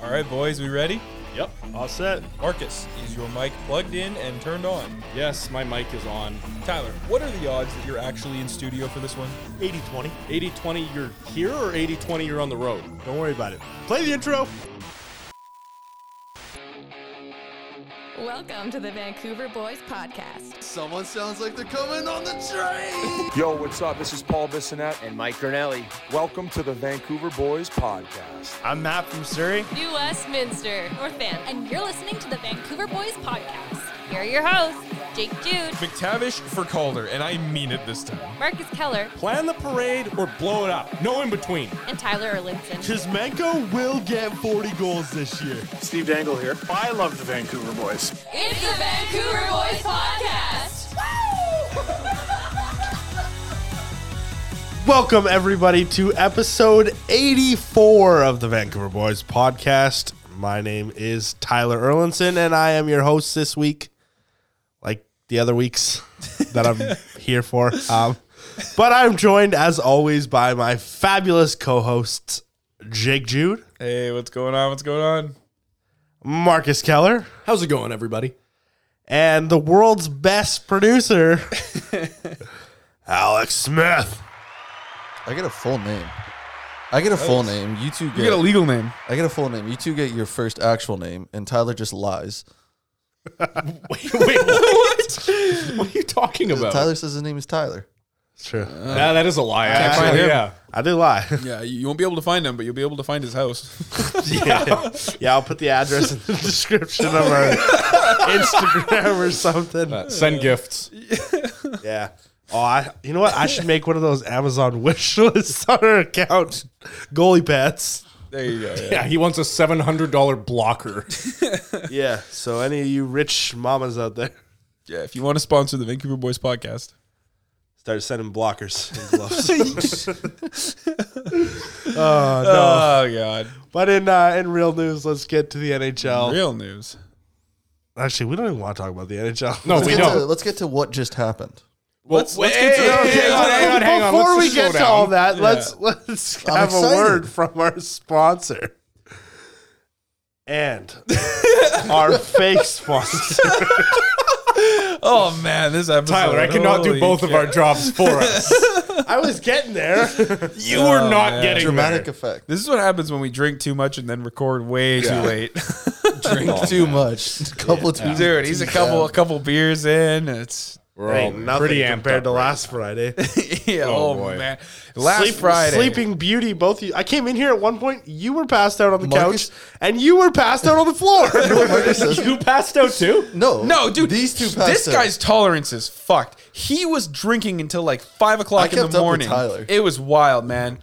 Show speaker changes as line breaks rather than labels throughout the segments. All right, boys, we ready?
Yep, all set.
Marcus, is your mic plugged in and turned on?
Yes, my mic is on.
Tyler, what are the odds that you're actually in studio for this one?
80 20.
80 20, you're here, or 80 20, you're on the road?
Don't worry about it. Play the intro.
Welcome to the Vancouver Boys Podcast.
Someone sounds like they're coming on the train.
Yo, what's up? This is Paul Bissonette.
and Mike Grinelli.
Welcome to the Vancouver Boys Podcast.
I'm Matt from Surrey.
New Westminster. North Van.
and you're listening to the Vancouver Boys Podcast. Here are your hosts, Jake Jude,
McTavish for Calder, and I mean it this time.
Marcus Keller
Plan the parade or blow it up. No in between.
and Tyler Erlinson.
Kismenko will get 40 goals this year.
Steve Dangle here. I love the Vancouver boys.
It's the Vancouver Boys Podcast.
Welcome, everybody, to episode 84 of the Vancouver Boys Podcast. My name is Tyler Erlinson, and I am your host this week, like the other weeks that I'm here for. Um, but I'm joined, as always, by my fabulous co hosts, Jake Jude,
Hey, what's going on? What's going on?
Marcus Keller,
How's it going, everybody?
and the world's best producer, Alex Smith.
I get a full name. I get a full name. You two get,
legal name.
I get a full name. You two get your first actual name, and Tyler just lies.
Wait, what? what are you talking about?
Tyler says his name is Tyler.
It's true.
Nah, that is a lie,
find
actually.
him.
Yeah.
I did lie.
Yeah, you you won't be able to find him, but you'll be able to find his house.
yeah. yeah, I'll put the address in the description of our Instagram or something.
Uh, send gifts.
Yeah. Oh, I, you know what? I should make one of those Amazon wish lists on our account. Goalie pets.
There you go. Yeah.
Yeah, he wants a $700 blocker.
Yeah. So any of you rich mamas out there,
yeah, if you want to sponsor the Vancouver Boys Podcast,
start sending blockers and gloves.
oh god,
but in uh, in real news, let's get to the NHL.
real news.
Actually, we don't even want to talk about the NHL.
No,
Let's,
we
get to,
don't.
let's get to what just happened.
Well,
Let's- let's get to-
hey,
Okay,
hang on, hang on, hang on.
Before
Let's
we
just slow
get to
down.
all that, let's let's
I'm
have a
excited.
word from our sponsor and our fake sponsor.
Oh man, this episode.
Tyler, I cannot do
Holy
both of
cow.
our jobs for us.
I was getting there.
You are not getting
Dramatic
there.
effect.
This is what happens when we drink too much and then record way too late.
Drink too much. A couple too
Dude, he's a couple a couple beers in. and It's
We're all
Ain't nothing
pretty amped
compared
up
to
right
last Friday.
yeah, oh,
boy.
man. Last
Sleep-
Friday,
Sleeping Beauty. Both of you. I came in here at one point. You were passed out on the
Marcus-
couch, and you were passed out on the floor.
You passed out too?
No.
No, dude,
These two passed
This
out.
guy's tolerance is fucked. He was drinking until like five
I
o'clock in
kept
the
up with
morning.
Tyler.
It was wild, man.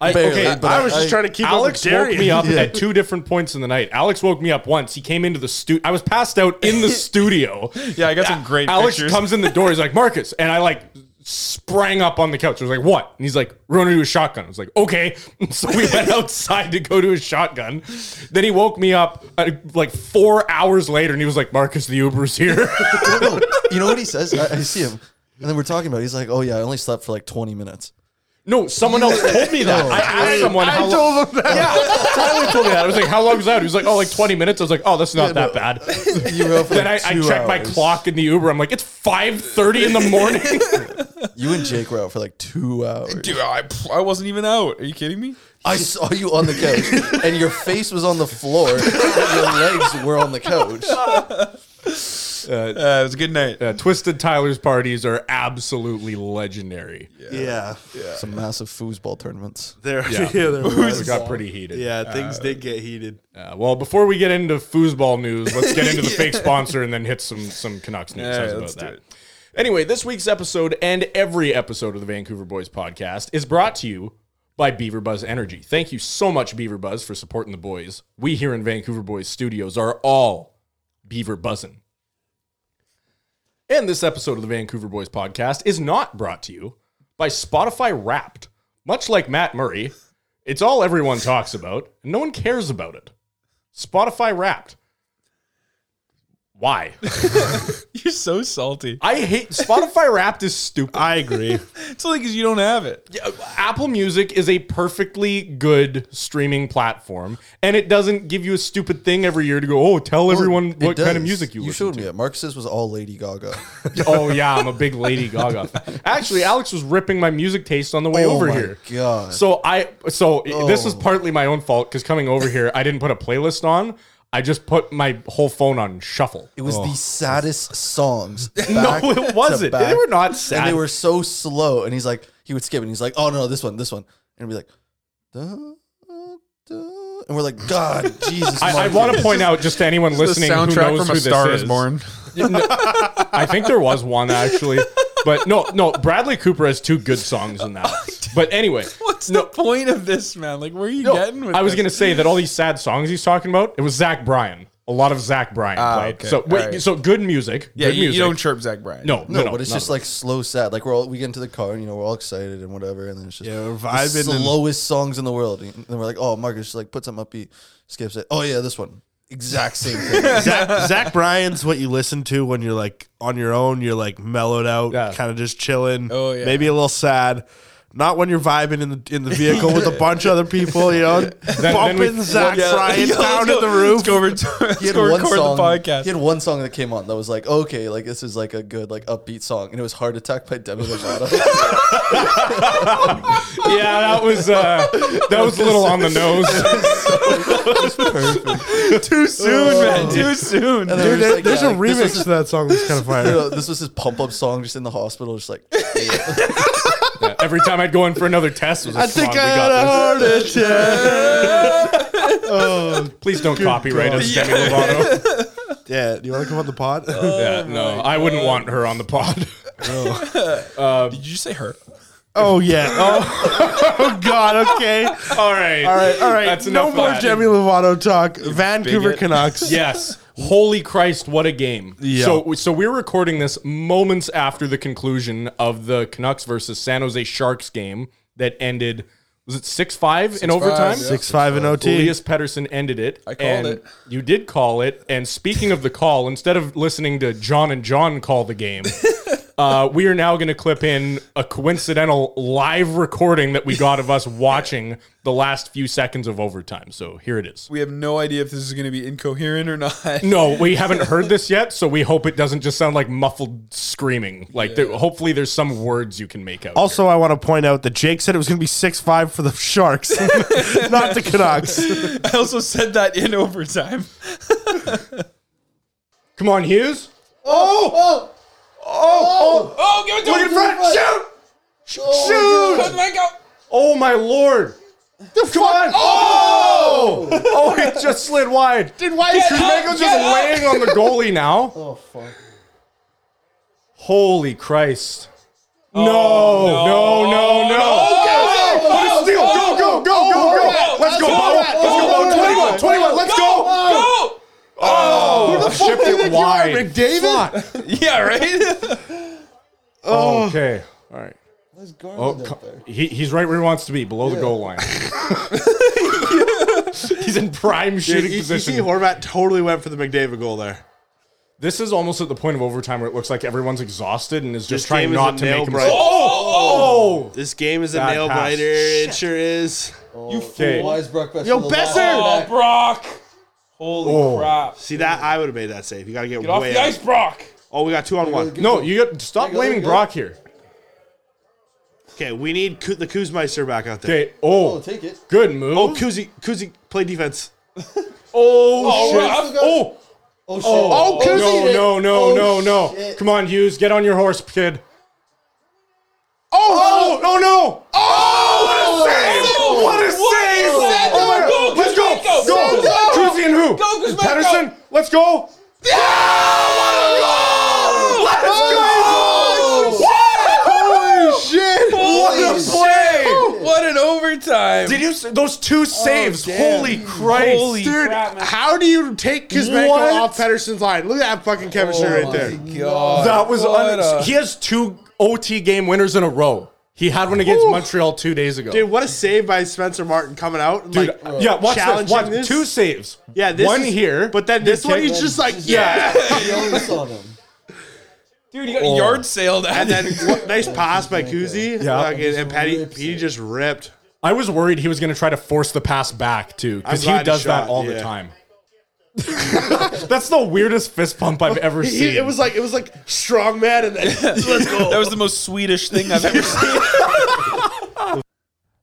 I,
Barely,
okay,
but
I was just
I-
trying to keep
Alex
up with
woke
Darian.
me up
Yeah.
at two different points in the night. Alex woke me up once. He came into the studio. I was passed out in the studio.
Yeah, I got some great
Alex
pictures.
comes in the door. He's like, Marcus. And I like sprang up on the couch. I was like, what? And he's like, we're going to do a shotgun. I was like, okay. So we went outside to go to a shotgun. Then he woke me up uh, like four hours later and he was like, Marcus, the Uber's here.
No, you know what he says? I, I see him. And then we're talking about it. He's like, oh, yeah, I only slept for like 20 minutes.
no, someone else told me that. I asked someone how
I
long.
told him that.
Tyler told me that. I was like, how long was that? He was like, oh, like 20 minutes. I was like, oh, that's not that bad.
You were out for
Then I,
like
I
two
checked my
hours.
clock in the Uber. I'm like, it's 5:30 in the morning.
You and Jake were out for like two hours.
Dude, I, I wasn't even out. Are you kidding me?
I saw you on the couch, and your face was on the floor, and your legs were on the couch.
Uh, it was a good night.
Uh, Twisted Tyler's parties are absolutely legendary.
Yeah,
Some massive foosball tournaments.
there. Yeah, there was.
It got pretty heated.
Yeah, things did get heated.
Uh, well, before we get into foosball news, let's get into the fake sponsor and then hit some some Canucks news.
Yeah,
How's
let's
about
do
that?
it.
Anyway, this week's episode and every episode of the Vancouver Boys podcast is brought to you by Beaver Buzz Energy. Thank you so much, Beaver Buzz, for supporting the boys. We here in Vancouver Boys Studios are all Beaver Buzzin'. And this episode of the Vancouver Boys podcast is not brought to you by Spotify Wrapped. Much like Matt Murray, it's all everyone talks about, and no one cares about it. Spotify Wrapped. Why?
You're so salty.
I hate Spotify Wrapped is stupid.
I agree.
It's only because you don't have it.
Apple Music is a perfectly good streaming platform, and it doesn't give you a stupid thing every year to go, oh, tell everyone
It
what kind of
does.
music you,
You
listen
showed
to.
me it. Mark says was all Lady Gaga.
oh yeah, I'm a big Lady Gaga. fan. Actually, Alex was ripping my music taste on the way
Oh
over
my
here.
God.
So I so this was
Oh.
partly my own fault because coming over here, I didn't put a playlist on. I just put my whole phone on shuffle.
It was the saddest songs.
No,
back to
it wasn't. They
back.
were not sad.
and they were so slow. And he's like, he would skip, and he's like, oh no, this one, this one, and be like, duh, duh. and we're like, God, Jesus.
I, I
Mark."
want to point out just to anyone listening who knows who this is. I think there was one actually, but no, no. Bradley Cooper has two good songs in that. But anyway,
What's the point of this, man? Like, where are you getting with
I was
this?
gonna say that all these sad songs he's talking about, it was Zach Bryan. A lot of Zach Bryan played.
okay.
So wait,
Alright.
so good music.
Yeah,
good
you,
music.
you don't chirp Zach Bryan.
No, no,
No, but it's
not
just
at all.
like slow, sad. Like we're all we get into the car, and you know we're all excited and whatever, and then it's just
Yeah, we're
the
vibing and-
slowest songs in the world. And then we're like, oh, Marcus, just like put some upbeat, skips it. Oh yeah, this one, exact same thing.
Zach, Zach Bryan's what you listen to when you're like on your own. You're like mellowed out,
Yeah.
kind of just chilling.
Oh, yeah.
maybe a little sad. Not when you're vibing in the in the vehicle with a bunch of other people. You know,
then
bumping
we-
Zach
Yeah.
Bryan
Yo,
down
let's
in
go-
the roof.
Let's go, over to, let's
He had
go
one
record
song.
the podcast.
He had one song that came on that was like, okay, like this is like a good like upbeat song, and it was "Heart Attack" by Demi Lovato.
yeah, that was uh, that was a little on the nose.
too soon, man. Too soon.
And then
Dude,
it was
there-
like,
there's
yeah,
a
like, this
remix
was-
to that song that's kind of
you
fire.
know, this was his pump up song, just in the hospital, just like
Yeah, every time I'd go in for another test, it was like,
I think I
"Come on, we
had
got
a
this."
heart attack. Oh,
Please don't copyright us, Demi Lovato.
yeah, do you want to come on the pod?
yeah,
Oh
no, I wouldn't want her on the pod.
Did you say her?
oh yeah. Oh, oh God. Okay. All
all right,
right. All right.
That's
no
enough of
more
that.
Demi Lovato talk. Vancouver
bigot.
Canucks.
Yes. Holy Christ, what a game.
Yeah.
So so we're recording this moments after the conclusion of the Canucks versus San Jose Sharks game that ended was it 6-5 in overtime?
yeah.
Six five and OT.
Elias Pettersson ended it. I
called
and
it.
You did call it. And speaking of the call, instead of listening to John and John call the game, uh, we are now going to clip in a coincidental live recording that we got of us watching the last few seconds of overtime. So here it is.
We have no idea if this is going to be incoherent or not.
No, we haven't heard this yet, so we hope it doesn't just sound like muffled screaming. Like, there, hopefully, there's some words you can make out.
Also, I want to point out that Jake said it was going to be six five for the Sharks, not the Canucks.
I also said that in overtime.
come on, Hughes.
oh oh
Oh, give it to
Look in front. Shoot.
oh
Shoot. Oh my lord. come on. Oh. oh, it just slid wide. Did why is Trudeau just laying on the goalie now? Oh fuck. Holy Christ. no, no, Oh, no, no. What a steal. Go, go, go, go, go. Let's go, Bo. Let's go, Bo. 21, 21. Let's go.
Oh!
Oh, shipped it wide.
McDavid.
Yeah, right?
Okay. All right. Oh, co- he, he's right where he wants to be, below the goal line. he's in prime shooting position.
Horvat totally went for the McDavid goal there.
This is almost at the point of overtime where it looks like everyone's exhausted and is just
This
trying
game is
not
a
to make
nail
him.
biter.
Oh,
This game is a
Bad
nail
pass.
biter. It sure is.
you fool!
Wise Brock Besser.
Yo,
the
Besser!
last-
Brock! Holy
Oh.
crap.
See that? I would have made that save. You got to get,
Get off
way
the
up.
ice, Brock!
Oh, we got two on one.
No, you got stop blaming Brock here.
Okay, we need Ku- the Kuzmeister back out there.
Okay. Oh,
Oh, take it.
good move.
Oh, Kuzi, Kuzi, play defense.
Oh, shit!
right,
I've got-
oh,
Oh shit.
oh,
Kuzi did
no,
it.
no, no, no,
Oh,
no!
shit.
Come on, Hughes, get on your horse, kid. Oh, no, no, no! Oh, what a save! What a save! Oh my God. Let's go! Go! Kuzi and who?
Go, Kuzmenko.
Patterson, let's go! Oh, Let's go! Holy shit! What a play!
What an overtime!
Did you s- those two saves? Oh, holy Christ!
Holy crap, man.
How do you take Kuzmenko
What? Oh,
off Pedersen's line? Look at that fucking chemistry right there.
God.
That was
What
un-
a-
he has two OT game winners in a row. He had one against Montreal two days ago.
Dude, what a save by Spencer Martin coming out. and,
Dude, uh,
like,
yeah, watch this.
challenging
Watch
this.
two saves.
Yeah, this
One
is-
here,
but then this
the
one
kid-
he's just like yeah,
He only saw them.
Dude, you got yard sailed at
and then what- nice pass by Kuzi.
Yeah.
fucking- and Patty Petey just ripped.
I was worried he was going to try to force the pass back too,
I'm
because he
glad he
does
shot,
that all
yeah.
the time. That's the weirdest fist pump I've ever
He-
seen.
it was like it was like strong man, and then let's go.
That was the most Swedish thing I've ever seen.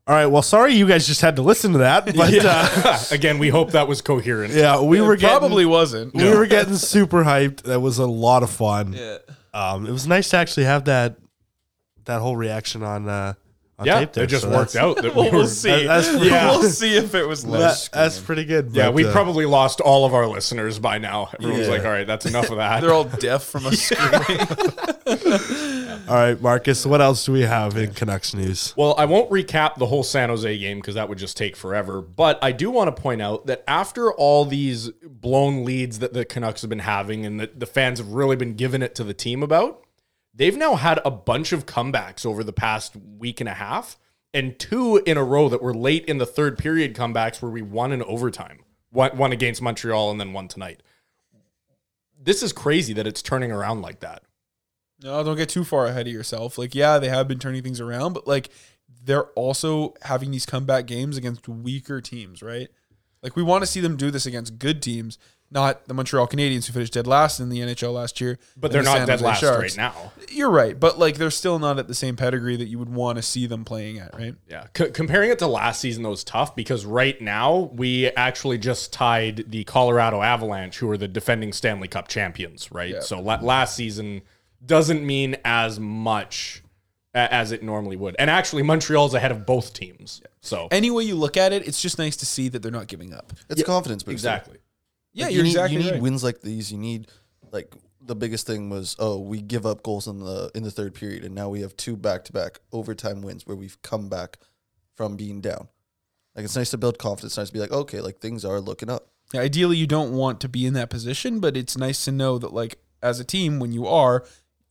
All right. Well, sorry you guys just had to listen to that, but yeah, uh,
again. We hope that was coherent.
yeah we were getting,
Probably wasn't.
we were getting super hyped. That was a lot of fun. Um, it was nice to actually have that that whole reaction on uh, on
Yeah,
tape. There,
it just
so
worked
that's-
out. That
Well,
we
we'll
were,
see.
that's- yeah.
We'll see if it was
that-
less.
that's pretty good.
Yeah,
but,
we
uh,
probably lost all of our listeners by now. Everyone's
Yeah.
like, "All right, that's enough of that."
They're all deaf from a screaming.
All right, Marcus. What else do we have in Canucks news?
Well, I won't recap the whole San Jose game because that would just take forever. But I do want to point out that after all these blown leads that the Canucks have been having and that the fans have really been giving it to the team about, they've now had a bunch of comebacks over the past week and a half and two in a row that were late in the third period comebacks where we won in overtime. One, one against Montreal and then one tonight. This is crazy that it's turning around like that.
No, don't get too far ahead of yourself. Like, yeah, they have been turning things around, but like they're also having these comeback games against weaker teams, right? Like we want to see them do this against good teams, not the Montreal Canadiens who finished dead last in the NHL last year.
But
and
they're
the
not
San
dead
Jose
last
Sharks.
right now.
You're right, but like they're still not at the same pedigree that you would want to see them playing at, right?
Yeah, C- comparing it to last season, though, is tough because right now we actually just tied the Colorado Avalanche, who are the defending Stanley Cup champions, right? So la- last season doesn't mean as much a- as it normally would. And actually, Montreal's ahead of both teams. So
Any way you look at it, it's just nice to see that they're not giving up.
It's confidence boosting.
exactly.
Yeah,
Like,
you're
you need,
exactly
You need
right.
wins like these. You need like the biggest thing was oh we give up goals in the in the third period and now we have two back to back overtime wins where we've come back from being down. Like it's nice to build confidence. It's nice to be like okay, like things are looking up.
Yeah, ideally you don't want to be in that position but it's nice to know that like as a team when you are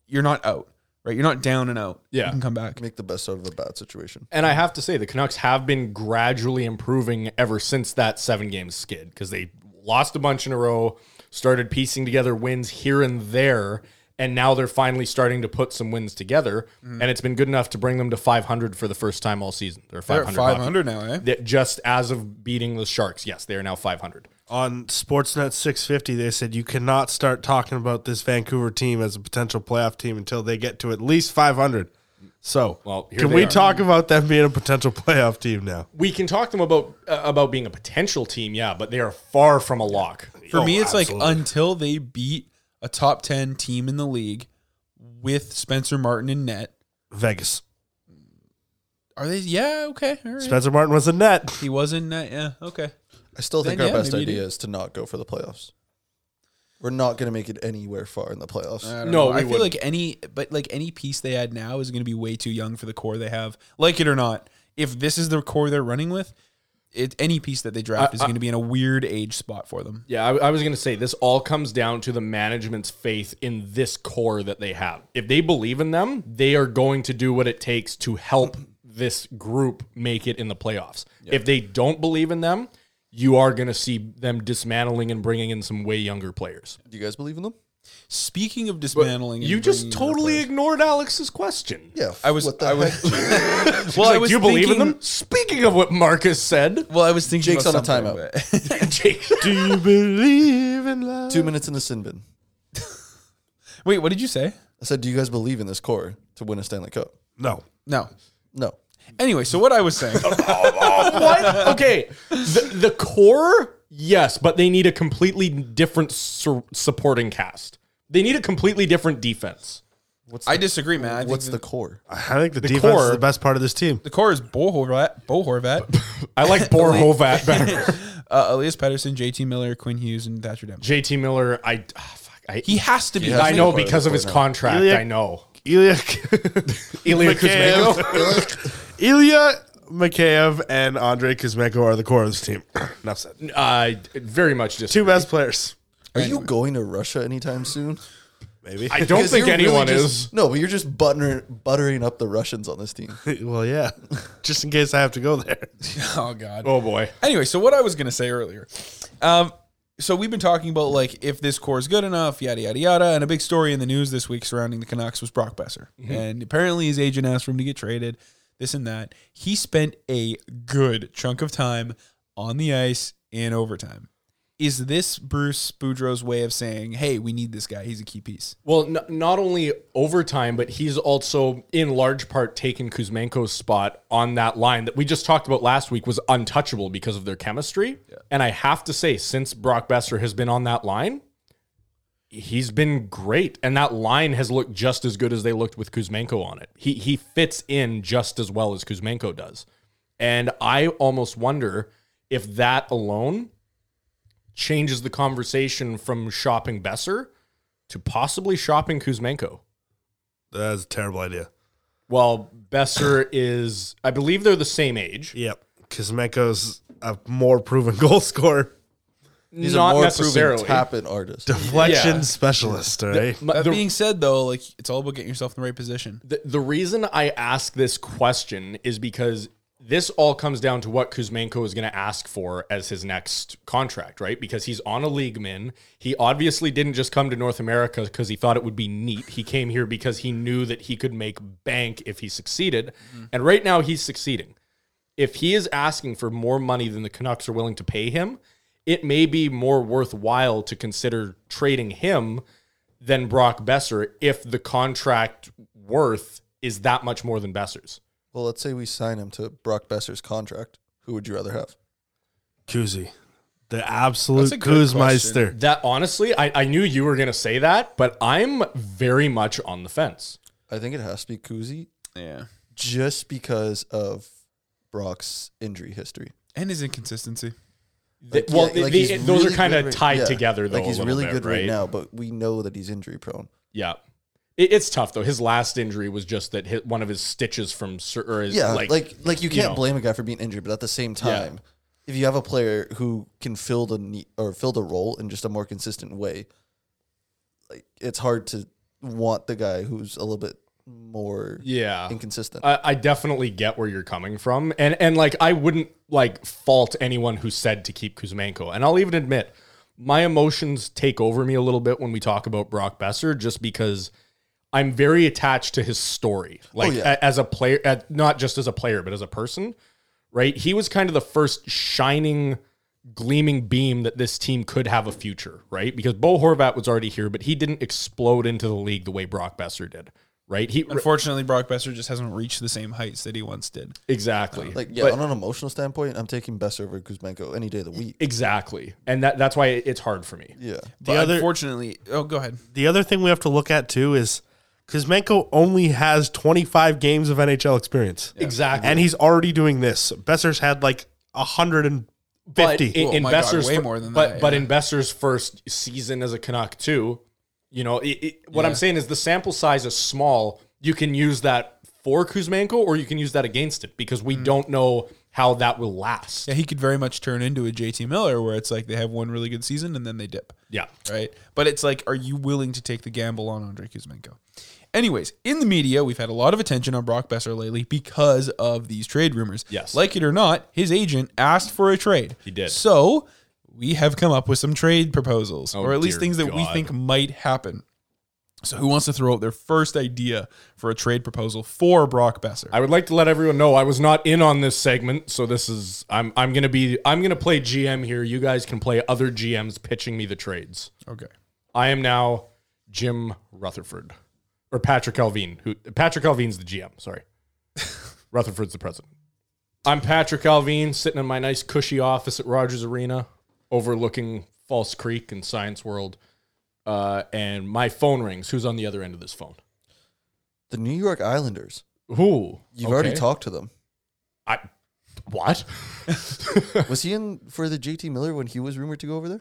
you're not out right you're not down and out
Yeah.
you can come back
Make the best out of a bad situation.
And I have to say, the Canucks have been gradually improving ever since that seven game skid because they lost a bunch in a row, started piecing together wins here and there, and now they're finally starting to put some wins together.
Mm-hmm.
And it's been good enough to bring them to 500 for the first time all season. They're
they're
500.
at
hockey.
500 now eh
That just as of beating the Sharks, yes, they are now 500.
on Sportsnet 650, they said you cannot start talking about this Vancouver team as a potential playoff team until they get to at least 500. So,
Well, here
can
they
we
are.
talk about them being a potential playoff team now?
We can talk to them about uh, about being a potential team, yeah, but they are far from a lock.
for
Oh,
me it's
absolutely.
like until they beat a top 10 team in the league with Spencer Martin in net
Vegas.
are they yeah okay all right.
Spencer Martin was a net.
he was in net yeah okay
I still think
Then,
our
yeah,
best
maybe you
idea
do.
is to not go for the playoffs. We're not going to make it anywhere far in the playoffs.
I don't
No,
know.
we
I feel
wouldn't.
like any, but like any piece they add now is going to be way too young for the core they have. Like it or not, if this is the core they're running with, it any piece that they draft is going to be in a weird age spot for them.
Yeah, I, I was going to say this all comes down to the management's faith in this core that they have. If they believe in them, they are going to do what it takes to help this group make it in the playoffs. If they don't believe in them, you are going to see them dismantling and bringing in some way younger players.
Do you guys believe in them?
Speaking of dismantling, and
you just
bringing in
totally
players-
ignored Alex's question.
Yeah.
I was-
What the
I was-
heck?
well.
Like,
I was
do you
thinking,
believe in them? Speaking of what Marcus said,
Well, I was thinking
Jake's
about
on a
something, but-
Jake,
Do you believe in love?
Two minutes in the sin bin.
Wait, what did you say?
I said, do you guys believe in this core to win a Stanley Cup?
No.
No.
No.
Anyway, so what I was saying.
what? Okay. The, the core, yes, but they need a completely different sur- supporting cast. They need a completely different defense.
I disagree, man. I think
What's the core?
I think the, defense
core-
is the best part of this team.
the core is Bohorvat, Bohorvat,
I like Borhovat better.
uh, Elias Pettersson, JT Miller, Quinn Hughes, and Thatcher Demko.
JT Miller, I ah, fuck, I,
He has to be.
I know
to be
because of his contract.
Ilya-
I know.
Ilya,
Ilya Kuzmenko.
Ilya Mikheyev and Andre Kuzmenko are the core of this team. Enough said.
I Uh, very much
Two
disagree.
best players.
Are you going to Russia anytime soon?
Maybe.
I don't
'Cause
think
you're really
anyone
just-
is.
No, but you're just buttering buttering up the Russians on this team.
well, yeah. Just in case I have to go there.
Oh God.
Oh boy.
Anyway, so what I was going to say earlier, um, so we've been talking about like if this core is good enough, yada yada yada, and a big story in the news this week surrounding the Canucks was Brock Besser,
Mm-hmm.
and apparently his agent asked for him to get traded, this and that. He spent a good chunk of time on the ice in overtime. Is this Bruce Boudreau's way of saying, "Hey, we need this guy. He's a key piece."
Well, n- not only overtime, but he's also in large part taken Kuzmenko's spot on that line that we just talked about last week was untouchable because of their chemistry. And I have to say, since Brock Besser has been on that line, he's been great, and that line has looked just as good as they looked with Kuzmenko on it. He he fits in just as well as Kuzmenko does, and I almost wonder if that alone changes the conversation from shopping Besser to possibly shopping Kuzmenko.
That's a terrible idea.
Well, Besser is, I believe they're the same age.
Yep. Kuzmenko's a more proven goal scorer,
He's
Not
a more
necessarily.
proven tap-in artist.
deflection
Yeah.
specialist, all right?
My-
That
the,
being said, though, like it's all about getting yourself in the right position.
the, the reason I ask this question is because this all comes down to what Kuzmenko is going to ask for as his next contract, right? Because he's on a league min. He obviously didn't just come to North America because he thought it would be neat. He came here because he knew that he could make bank if he succeeded. And right now he's succeeding. if he is asking for more money than the Canucks are willing to pay him, it may be more worthwhile to consider trading him than Brock Besser if the contract worth is that much more than Besser's.
Well, let's say we sign him to Brock Besser's contract. Who would you rather have?
Kuzi. The absolute
That's a good
Kuzmeister.
That honestly, I, I knew you were going to say that, but I'm very much on the fence.
I think it has to be Kuzi
Yeah,
just because of Brock's injury history.
and his inconsistency.
Th-
Like,
well,
yeah,
th-
like
the-
he's
those
really
are kind
good
of
right-
tied
yeah.
together, though.
Like
a
he's
little
really
bit,
good right?
right
now, but we know that he's injury prone.
Yeah. It, it's tough though. His last injury was just that hit one of his stitches from sur- or his,
Yeah, like like, you can't
know.
blame a guy for being injured, but at the same time, if you have a player who can fill the ne- or fill the role in just a more consistent way, like it's hard to want the guy who's a little bit more
yeah. Uh,
inconsistent.
I, I definitely get where you're coming from, and and like I wouldn't like fault anyone who said to keep Kuzmenko, and I'll even admit my emotions take over me a little bit when we talk about Brock Besser, just because I'm very attached to his story, like
Oh, yeah.
a- as a player, uh, not just as a player, but as a person. Right? He was kind of the first shining gleaming beam that this team could have a future, right? Because Bo Horvat was already here, but he didn't explode into the league the way Brock Besser did, right? He
Unfortunately, Brock Besser just hasn't reached the same heights that he once did.
exactly.
like yeah,
But-
on an emotional standpoint, I'm taking Besser over Kuzmenko any day of the week.
Exactly, and that that's why it's hard for me.
yeah,
But
other-
unfortunately, oh, go ahead.
The other thing we have to look at too is Kuzmenko only has 25 games of NHL experience.
Exactly,
And he's already doing this. Besser's had like 150.
but in, in
oh my God,
Besser's
way
fir-
more than
but
that,
but
yeah.
in Besser's first season as a Canuck too, you know, it, it, what I'm saying is the sample size is small. You can use that for Kuzmenko, or you can use that against it because we don't know how that will last.
Mm. Yeah, he could very much turn into a JT Miller where it's like they have one really good season and then they dip.
Yeah.
Right. But it's like, are you willing to take the gamble on Andre Kuzmenko? Anyways, in the media, we've had a lot of attention on Brock Besser lately because of these trade rumors.
Yes.
Like it or not, his agent asked for a trade. He
did.
So we have come up with some trade proposals, or at least
dear
things that we
God.
think might happen. So who wants to throw out their first idea for a trade proposal for Brock Besser?
I would like to let everyone know I was not in on this segment, so this is I'm I'm gonna be I'm gonna play GM here. You guys can play other GMs pitching me the trades.
okay.
I am now Jim Rutherford or Patrick Alvine. Who Patrick Alvine's the GM. Sorry, Rutherford's the president. I'm Patrick Alvine, sitting in my nice cushy office at Rogers Arena, overlooking False Creek and Science World. Uh, and my phone rings. Who's on the other end of this phone?
the New York Islanders.
Who
You've already
Okay.
talked to them.
I what?
Was he in for the JT Miller when he was rumored to go over there?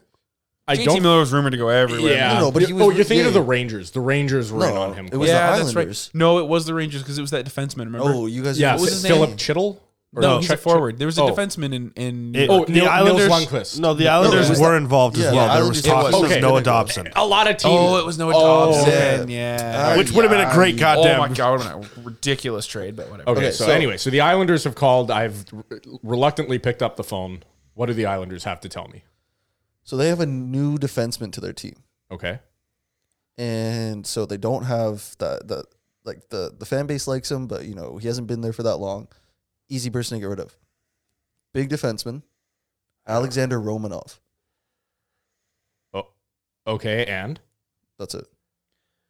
I
JT
don't.
Miller was rumored to go everywhere.
Yeah.
No, no, but he was-
oh, you're thinking of
yeah.
the Rangers. The Rangers were in
No,
on him.
it was-
yeah,
the
that's right.
Islanders.
No, it was the Rangers because it was that defenseman. Remember?
Oh, you guys.
yeah,
what was
Ph-
his name?
Philip Chittle. Or
no, he's a
Ch- Ch-
forward. There was a
oh.
defenseman in in.
Oh, Neil- Niels Lundqvist.
No, the
it
Islanders
was
were
the-
involved as
yeah,
well.
the
there
Islanders-
was talks
it
of
was- okay.
Noah Dobson,
A lot of teams.
Oh, it was Noah
Oh,
Dobson.
okay.
Yeah.
which would have been a great
oh
goddamn.
my god, what a ridiculous trade! But whatever.
Okay,
Okay,
so,
so-
anyway, so the Islanders have called. I've re- reluctantly picked up the phone. What do the Islanders have to tell me?
So they have a new defenseman to their team.
Okay.
and so they don't have that the like the the fan base likes him, but you know he hasn't been there for that long. Easy person to get rid of. Big defenseman, Alexander Romanov.
Oh, okay. And
That's it.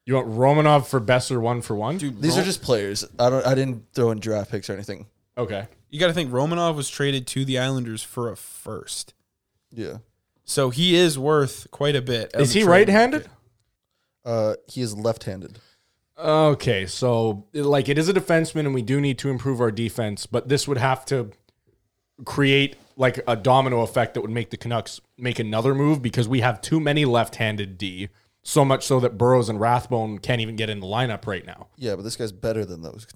you want Romanov for Besser one for one?
Dude,
These
Ro-
are just players. I don't. I didn't throw in draft picks or anything.
Okay.
you got to think Romanov was traded to the Islanders for a first.
Yeah.
So he is worth quite a bit. as
Is
a
he
trade
right-handed?
market.
Uh, he is left-handed.
Okay, so it- like it is a defenseman, and we do need to improve our defense, but this would have to create like a domino effect that would make the Canucks make another move because we have too many left-handed D. So much so that Burrows and Rathbone can't even get in the lineup right now.
Yeah, but this guy's better than those.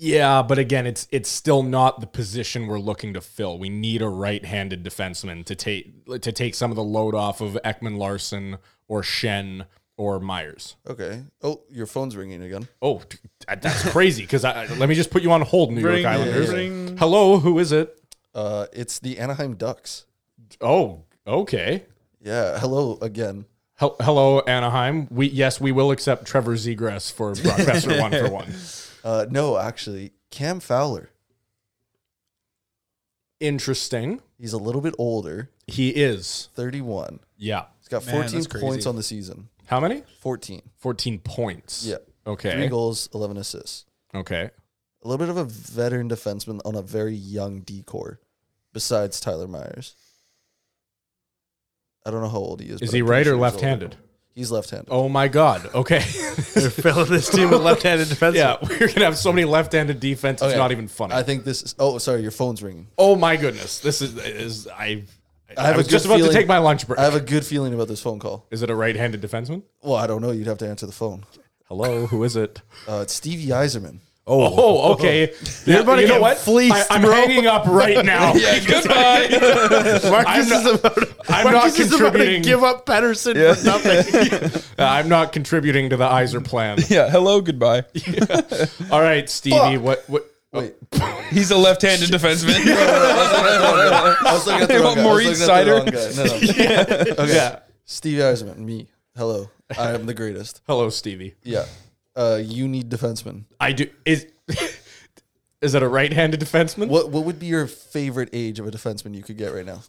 Yeah, but again, it's it's still not the position we're looking to fill. We need a right-handed defenseman to take to take some of the load off of Ekman Larson or Shen or Myers.
Okay. Oh, your phone's ringing again.
Oh, d- that's crazy. Because I, I- let me just put you on hold, New York
Ring,
Islanders.
ring.
Hello, who is it?
Uh, it's the Anaheim Ducks.
Oh, okay.
Yeah. Hello again.
Hel- hello, Anaheim. We yes, we will accept Trevor Zegras for Brock Besser one for one.
Uh, no, actually, Cam Fowler.
Interesting.
He's a little bit older,
He is.
thirty-one.
Yeah.
He's got
Man, that's
14 points
crazy.
on the season.
How many?
14.
Fourteen points.
Yeah. Three
Okay.
goals, 11 assists.
Okay.
A little bit of a veteran defenseman on a very young decor, besides Tyler Myers. I don't know how old he is.
Is
but
he
I'm pretty
right
sure
or
he's older.
left-handed?
He's left handed.
Oh my God. Okay.
They're filling this team with left-handed defense.
yeah, we're gonna have so many left-handed defense. It's
Okay.
not even funny.
I think this is. Oh, sorry, your phone's ringing.
oh my goodness. This is is I. I,
have a
was
good
just about
feeling-
to take my lunch break.
I have a good feeling about this phone call.
is it a right-handed defenseman?
Well, I don't know. You'd have to answer the phone.
Hello, who is it?
Uh, it's Stevie Eiserman.
Oh, okay. Yeah,
about to
you know
get
what?
fleeced,
I, am
bro.
hanging up right now. Goodbye. I'm
Marcus is about,
I'm not
Marcus is about to
contributing.
give up Pedersen for nothing.
I'm not contributing to the Iser plan.
Yeah. Hello. Goodbye.
All right, Stevie. What? What?
Wait,
He's a left-handed defenseman.
I was looking at the wrong
want
guy. I was
Maurice
looking at the
Sider?
wrong guy. No, no. Okay.
Yeah.
Stevie Eiserman, me. Hello, I am the greatest.
Hello, Stevie.
Yeah. Uh, you need defenseman.
I do. Is is that a right-handed defenseman?
What what would be your favorite age of a defenseman you could get right now?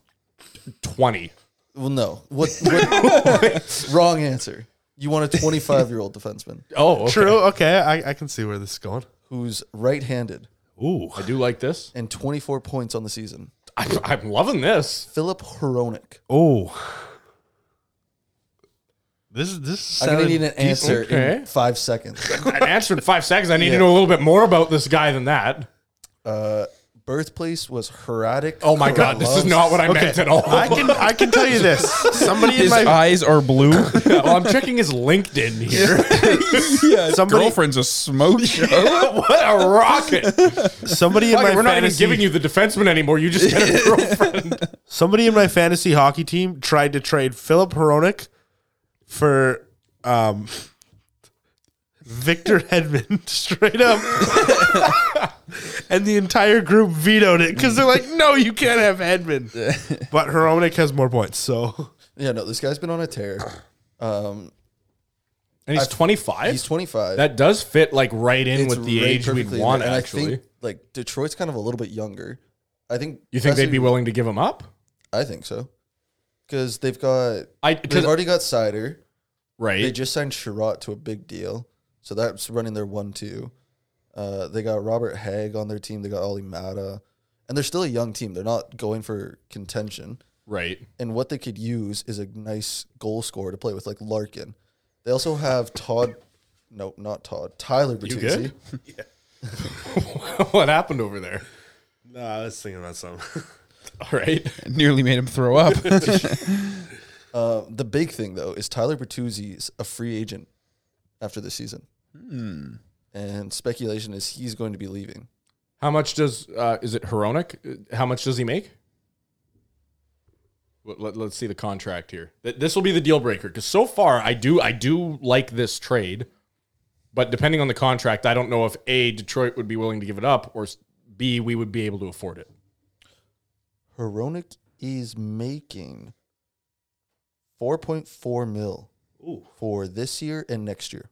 Twenty.
Well, no. What, what wrong answer? You want a 25 year old defenseman
Oh, okay.
True. Okay, I, I can see where this is going.
who's right handed
Ooh,
I do like this.
and 24 points on the season.
I, I'm loving this.
Philip Horonic.
oh. This is this.
I'm gonna
sounded
need an
decent.
answer
Okay.
in five seconds.
An answer in five seconds. I need
Yeah.
to know a little bit more about this guy than that.
Uh, birthplace was Heratic.
Oh my God, this is not what I meant at all.
I can I can tell you this. Somebody in
His
my
eyes are blue.
well, I'm checking his LinkedIn here.
yeah. His
Somebody-
girlfriend's a smoke show.
what a rocket!
somebody in
Fuck
my
it, we're not even
fantasy,
giving you the defenseman anymore. You just get a girlfriend.
somebody in my fantasy hockey team tried to trade Philip Horonic for um Victor Hedman straight up. and the entire group vetoed it because they're like, no, you can't have Hedman. But Horonic has more points, so
Yeah, no, this guy's been on a tear. Um,
and he's 25.
he's 25.
that does fit like right in
It's
with the
really
age we'd
perfectly-
want.
and I
Actually,
think like Detroit's kind of a little bit younger. I think
you think they'd be
Besser-
willing to give him up?
I think so. Because they've got
I
they've
cause,
already got cider. They
right.
just signed Sherratt to a big deal, so that's running their one-two. Uh, they got Robert Haig on their team. They got Ollie Matta, and they're still a young team. They're not going for contention.
right.
And what they could use is a nice goal scorer to play with, like Larkin. They also have Todd. No, not Todd. Tyler Bertuzzi.
good? what happened over there?
no, I was thinking about something.
All right.
Nearly made him throw up.
Uh, the big thing though is Tyler Bertuzzi's a free agent after this season, and speculation is he's going to be leaving.
How much does uh, is it Heronic? How much does he make? Let, let, us see the contract here. Th- This will be the deal breaker because so far I do I do like this trade, but depending on the contract, I don't know if a Detroit would be willing to give it up or s- b we would be able to afford it.
Heronic is making 4.4 mil for this year and next year.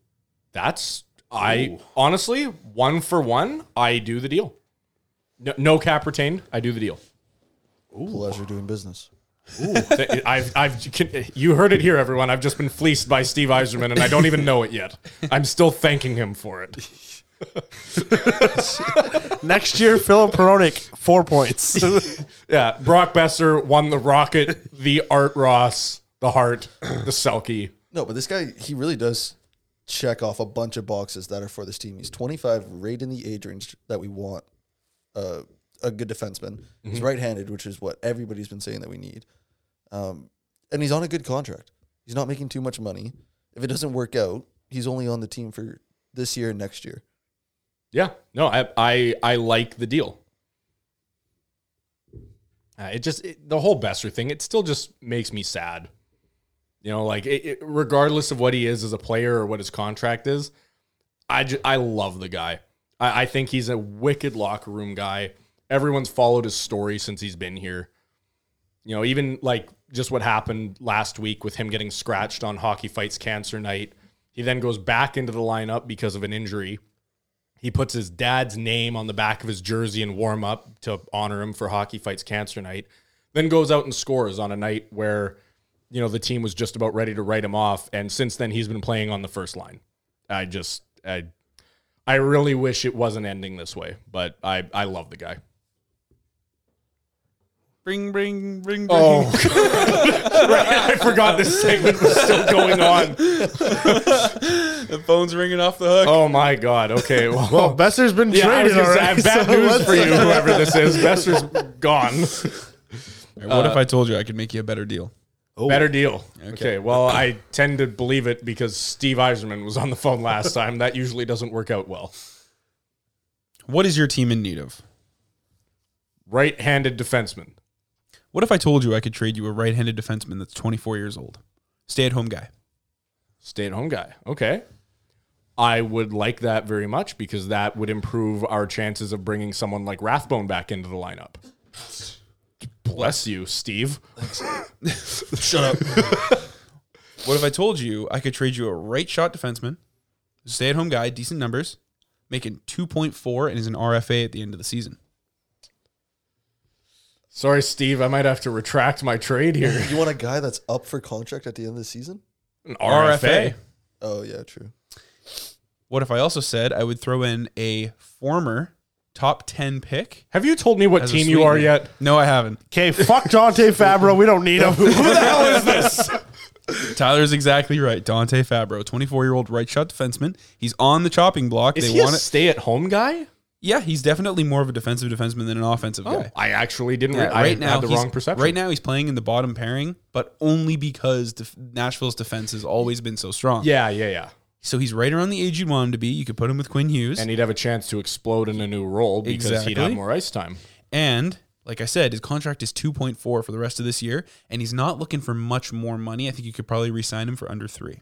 That's I honestly one for one. I do the deal. No, no cap retained. I do the deal.
Pleasure doing business.
Th- I've, I've, can- you heard it here, everyone. I've just been fleeced by Steve Eiserman, and I don't even know it yet. I'm still thanking him for it.
Next year, Philip Peronic, four points.
Yeah, Brock Besser won the Rocket, the Art Ross, the Hart, the Selkie.
No, but this guy, he really does check off a bunch of boxes that are for this team. He's 25, right in the age range that we want. Uh, a good defenseman.
Mm-hmm.
He's right-handed, which is what everybody's been saying that we need. Um, and he's on a good contract. He's not making too much money. If it doesn't work out, he's only on the team for this year and next year.
Yeah, no, I I, I like the deal. Uh, it just it, the whole Besser thing. It still just makes me sad. You know, like it, it- regardless of what he is as a player or what his contract is, I ju- I love the guy. I, I think he's a wicked locker room guy. Everyone's followed his story since he's been here. You know, even like just what happened last week with him getting scratched on Hockey Fights Cancer Night. He then goes back into the lineup because of an injury. He puts his dad's name on the back of his jersey in warm up to honor him for Hockey Fights Cancer Night. Then goes out and scores on a night where, you know, the team was just about ready to write him off. And since then, he's been playing on the first line. I just, I, I really wish it wasn't ending this way, but I, I love the guy.
Bring, bring, bring, bring.
Oh. I forgot this segment was still going on.
The phone's ringing off the hook.
Oh my god. Okay. Well,
well, Besser's been
yeah, I was
traded
gonna say, I have
already.
bad
so
news
let's-
for you, whoever this is. Besser's gone. Oh.
what if I told you I could make you a better deal?
Better deal. Okay. Well, I tend to believe it because Steve Eiserman was on the phone last time. That usually doesn't work out well.
What is your team in need of?
Right-handed defenseman.
What if I told you I could trade you a right-handed defenseman that's 24 years old, stay-at-home guy?
Stay-at-home guy. Okay. I would like that very much because that would improve our chances of bringing someone like Rathbone back into the lineup. Bless you, Steve.
Shut up. what if I told you I could trade you a right shot defenseman, stay-at-home guy, decent numbers, making 2.4 and is an RFA at the end of the season?
Sorry, Steve. I might have to retract my trade here.
You want a guy that's up for contract at the end of the season?
An
RFA.
Oh yeah, true.
What if I also said I would throw in a former top 10 pick?
Have you told me what
as a
team you are
sweetener?
yet?
No, I haven't.
Okay, fuck Dante Fabro. We don't need him.
Tyler's exactly right. Dante Fabro, 24 year old right shot defenseman. He's on the chopping block.
Is
they
he a
want it.
stay-at-home guy?
Yeah, he's definitely more of a defensive defenseman than an offensive guy.
Oh, I actually didn't.
Yeah,
re- I had the
he's-
wrong perception.
Right now, he's playing in the bottom pairing, but only because def- Nashville's defense has always been so strong.
Yeah, yeah, yeah.
So he's right around the age you'd want him to be. You could put him with Quinn Hughes.
And
And,
he'd have a chance to explode in a new role because he'd have
Exactly.
more ice time.
like I said, his contract is 2.4 for the rest of this year, and he's not looking for much more money. I think you could probably re sign him for under three.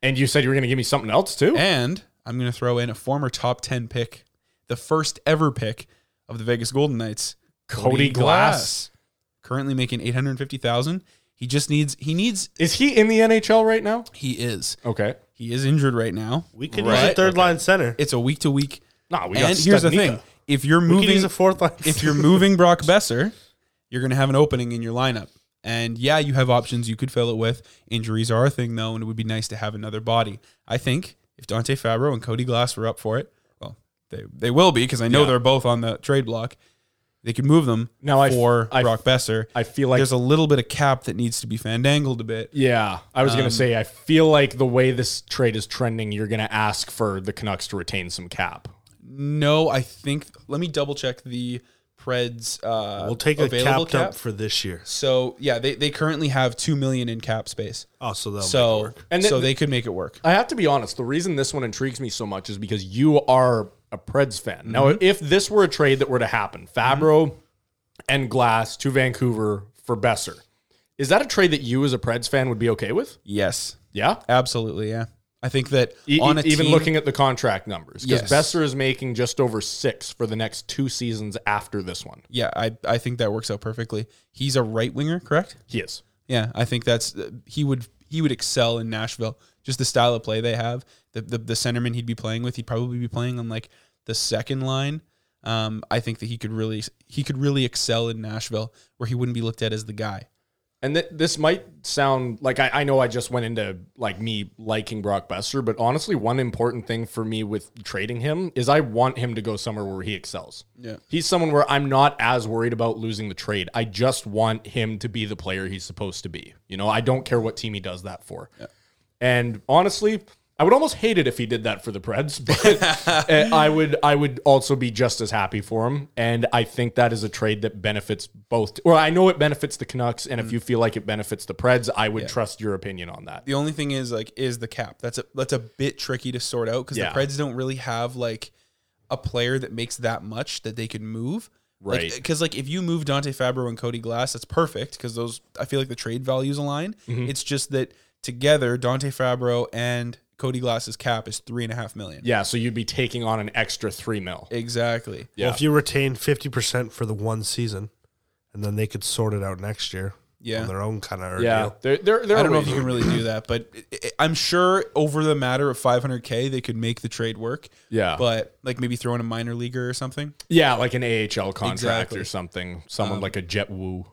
And you said you were going to give me something else too.
And I'm going to throw in a former top 10 pick, the first ever pick of the Vegas Golden Knights,
Cody Glass.
Currently making 850,000. He just needs he needs
Is he in the NHL right now?
he is.
Okay.
He is injured right now.
we could use a
Right.
third line center.
It's a week to week.
Nah, we got
And here's the thing.
Studnicka.
If you're
We could
moving
use a fourth line.
if you're moving Brock Besser, you're going to have an opening in your lineup. And yeah, you have options you could fill it with. Injuries are a thing though, and it would be nice to have another body. I think if Dante Fabro and Cody Glass were up for it, well, they they will be because I know they're both on the trade block. They could move them
Now I f-
for
I f-
Brock Besser.
I feel like-
there's a little bit of cap that needs to be fandangled a bit.
Yeah, I was
Um,
going to say I feel like the way this trade is trending, you're going to ask for the Canucks to retain some cap.
No, I think let me double check the Preds. Uh,
we'll take a cap,
available
dump for this year.
So yeah, they, they currently have two million in cap space.
Oh, so that'll make it
so
work.
And
so
then-
they could make it work.
I have to be honest. The reason this one intrigues me so much is because you are a Preds fan. Now,
Mm-hmm.
if this were a trade that were to happen, Fabro and Glass to Vancouver for Besser, is that a trade that you as a Preds fan would be okay with?
Yes,
Yeah.
absolutely. Yeah, I think that
E-
on
e-
a
even
team-
looking at the contract numbers, because
Yes.
Besser is making just over six for the next two seasons after this one.
yeah, I I think that works out perfectly. He's a right winger, correct?
He is.
Yeah, I think that's uh, he would he would excel in Nashville. Just the style of play they have, the the, the centerman he'd be playing with, he'd probably be playing on like the second line. Um, I think that he could really he could really excel in Nashville, where he wouldn't be looked at as the guy.
And th- this might sound like I, I know I just went into like me liking Brock Besser, but honestly, one important thing for me with trading him is I want him to go somewhere where he excels.
Yeah.
He's someone where I'm not as worried about losing the trade. I just want him to be the player he's supposed to be. You know, I don't care what team he does that for. And honestly, I would almost hate it if he did that for the Preds, but uh, I would I would also be just as happy for him. And I think that is a trade that benefits both. Or I know it benefits the Canucks,
Mm.
and if you feel like it benefits the Preds, I would trust your opinion on that.
The only thing is like is the cap. That's a that's a bit tricky to sort out because
Yeah.
the Preds don't really have like a player that makes that much that they could move.
Right.
Because like, if you move Dante Fabro and Cody Glass, that's perfect because those I feel like the trade values align.
Mm-hmm.
It's just that together Dante Fabro and Cody Glass's cap is three and a half million.
Yeah, so you'd be taking on an extra three mil.
Exactly.
Yeah.
Well, if you retain 50% for the one season and then they could sort it out next year
Yeah.
on their own kind of
Yeah, there, there, there
I
are
don't know if
ways
you
to-
can really do that, but i- i- I'm sure over the matter of 500k they could make the trade work.
Yeah.
But like maybe throw in a minor leaguer or something.
Yeah, like an AHL contract
Exactly. Um,
or something. Someone like a Jet Woo.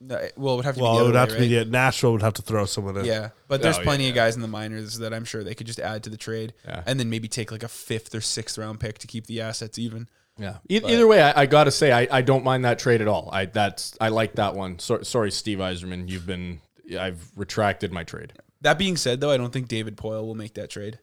No, it- Well, it would have to be
Well,
the
it
other
would have
way,
to
right?
be the Nashville would have to throw someone in.
Yeah, but there's
Oh, yeah,
plenty of guys in the minors that I'm sure they could just add to the trade, and then maybe take like a fifth or sixth round pick to keep the assets even.
Yeah. E-, either way, I, I gotta say I, I don't mind that trade at all. I that's I like that one. So, sorry, Steve Eiserman, you've been I've retracted my trade.
That being said, though, I don't think David Poyle will make that trade.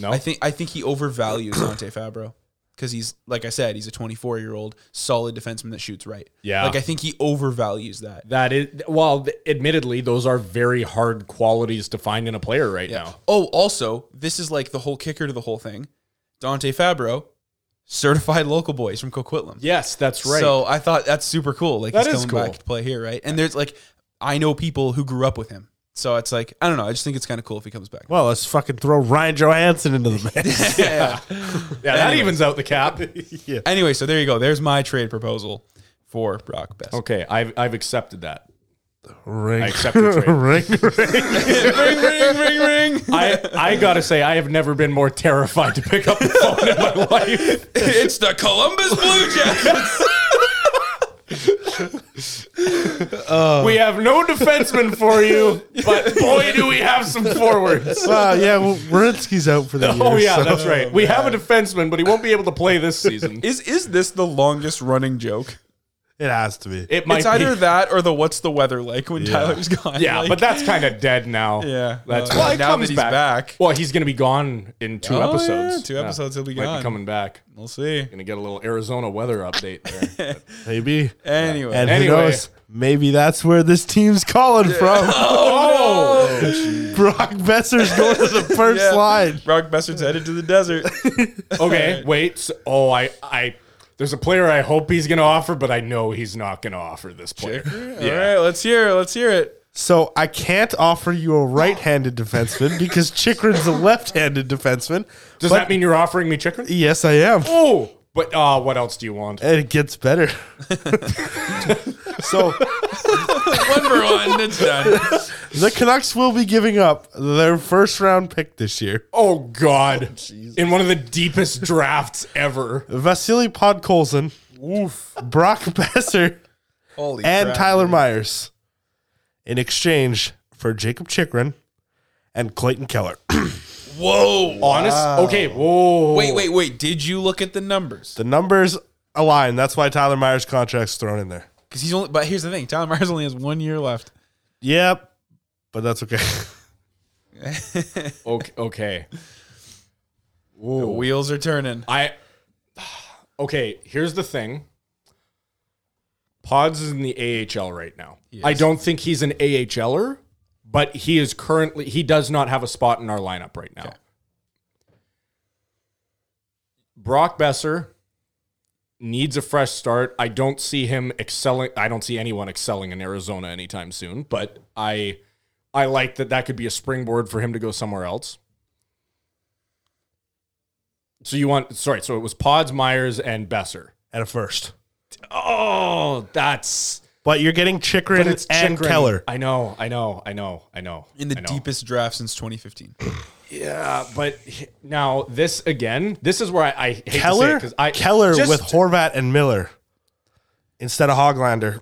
No,
I think I think he overvalues Dante Fabro because he's like I said, he's a 24 year old solid defenseman that shoots right.
Yeah.
like I think he overvalues that.
that is well. th- Admittedly, those are very hard qualities to find in a player right now.
Oh, also, this is like the whole kicker to the whole thing. Dante Fabro, certified local boy, he's from Coquitlam.
Yes, that's right.
So I thought that's super cool. Like
That
he's
is
coming
cool.
back to play here, right? And there's like I know people who grew up with him. So it's like I don't know. I just think it's kind of cool if he comes back.
Well, let's fucking throw Ryan Johansson into the mix.
yeah, that evens out the cap.
Anyway, so there you go. There's my trade proposal for Brock Best.
okay, I've I've accepted that.
ring,
I accept your trade.
ring, ring.
ring, ring, ring, ring.
I I gotta say I have never been more terrified to pick up the phone in my life.
It's the Columbus Blue Jackets.
We have no defenseman for you, but boy, do we have some forwards.
Well, yeah, well, Wierenski's out for the year.
Oh yeah,
so-
that's right. We have a defenseman, but he won't be able to play this season.
is is this the longest running joke?
It has to be.
It might
it's either
be.
that or the what's the weather like when Tyler's gone.
yeah,
Like,
but that's kind of dead now.
Yeah.
that's
Uh,
well, it
now
comes
that he's
back.
back.
Well, he's gonna be gone in two
Oh, yeah,
episodes.
two episodes he'll be
Might
gone.
be coming back.
we'll see.
Gonna get a little Arizona weather update. There.
Maybe.
Anyway,
And
Anyway.
who knows? Maybe that's where this team's calling from.
oh,
Brock Besser's going to the first
Yeah.
line.
Brock Besser's headed to the desert.
okay. Wait. So, oh, I, I. There's a player I hope he's gonna offer, but I know he's not gonna offer this player.
All right, let's hear. it. Let's hear it.
So I can't offer you a right-handed defenseman because Chikrin's a left-handed defenseman.
Does
But-
that mean you're offering me chicken?
Yes, I am.
Oh, but uh, what else do you want?
And it gets better. so
One for one. It's done.
the Canucks will be giving up their first round pick this year.
Oh God! in one of the deepest drafts ever.
Vasily Podkolzin, Brock Besser,
Holy
and
crap.
Tyler Myers in exchange for Jacob Chikrin and Clayton Keller.
Whoa.
Honest. Okay. Whoa.
Wait, wait, wait. Did you look at the numbers?
The numbers align. That's why Tyler Myers' contract's thrown in there.
Because he's only. But here's the thing. Tyler Myers only has one year left.
Yep. But that's okay.
Okay. okay.
The wheels are turning.
I. Okay. Here's the thing. Pods is in the AHL right now. I don't think he's an AHLer, but he is currently he does not have a spot in our lineup right now. Brock Besser needs a fresh start. I don't see him excelling. I don't see anyone excelling in Arizona anytime soon, but I I like that that could be a springboard for him to go somewhere else. So you want sorry, so it was Pods, Myers, and Besser.
at a first.
Oh, that's
But you're getting Chikrin
but it's
and
Chikrin.
Keller.
I know, I know, I know, I know.
in the
I know.
deepest draft since 2015.
Yeah, but he- now this again, this is where I, I hate
Keller,
because I
Keller
just-
with Horvat and Miller instead of Hoglander.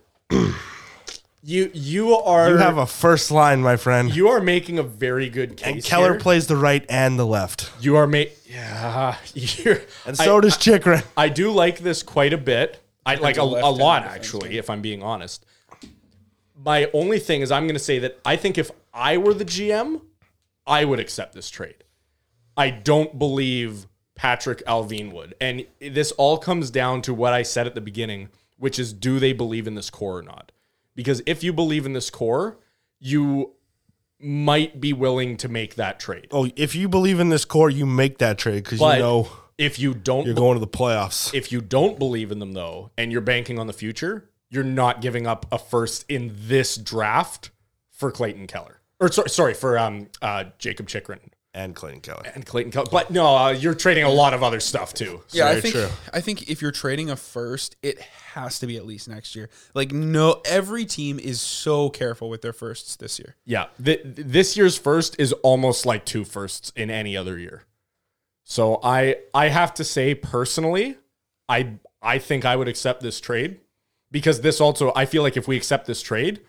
you. You are
You have a first line, my friend.
you are making a very good case.
and Keller
here.
plays the right and the left,
You are made. Yeah, you're,
and so
I,
does Chikrin.
I do like this quite a bit. I like a,
the left
a lot
and the defense
actually, if I'm being honest. My only thing is I'm going to say that I think if I were the GM, I would accept this trade. I don't believe Patrick Alvine would. And this all comes down to what I said at the beginning, which is do they believe in this core or not? Because if you believe in this core, you might be willing to make that trade.
Oh, if you believe in this core, you make that trade because you
But
know
if you don't
you're going to the playoffs.
if you don't believe in them though and you're banking on the future you're not giving up a first in this draft for clayton keller or sorry, sorry for um, uh, jacob chikrin
and Clayton Keller.
and clayton keller but no uh, you're trading a lot of other stuff too
Yeah, I
Very
think
true.
I think if you're trading a first, it has to be at least next year. Like no, every team is so careful with their firsts this year.
yeah th- th- this year's first is almost like two firsts in any other year so i i have to say personally i i think i would accept this trade because this also I feel like if we accept this trade,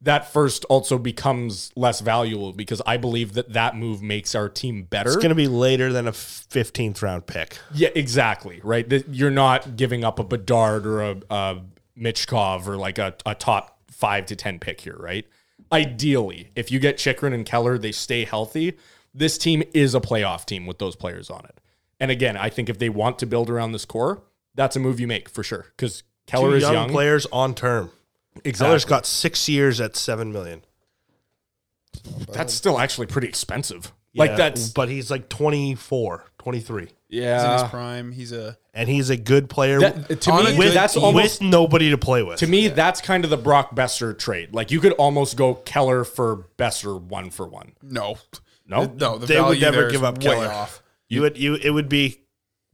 that first also becomes less valuable because I believe that that move makes our team better.
It's going to be later than a 15th round pick.
yeah, exactly. Right, That you're not giving up a Bedard or a, a Mitchkov or like a, a top five to ten pick here, right? Ideally, if you get Chikrin and Keller, they stay healthy. This team is a playoff team with those players on it. And again, I think if they want to build around this core, that's a move you make for sure because Keller
Two
is
young,
young.
players on term. Keller's got six years at seven million.
That's still actually pretty expensive.
Yeah,
like that's
but he's like 24, 23.
He's in
yeah.
his prime. He's a
and he's a good player
That, to
On a
me,
good
that's
team.
almost
with nobody to play with.
to me that's kind of the Brock Besser trade. Like you could almost go Keller for Besser one for one.
no,
No,
no. The
they would
value
never
there is
give up
way
Keller.
off.
You would you it would be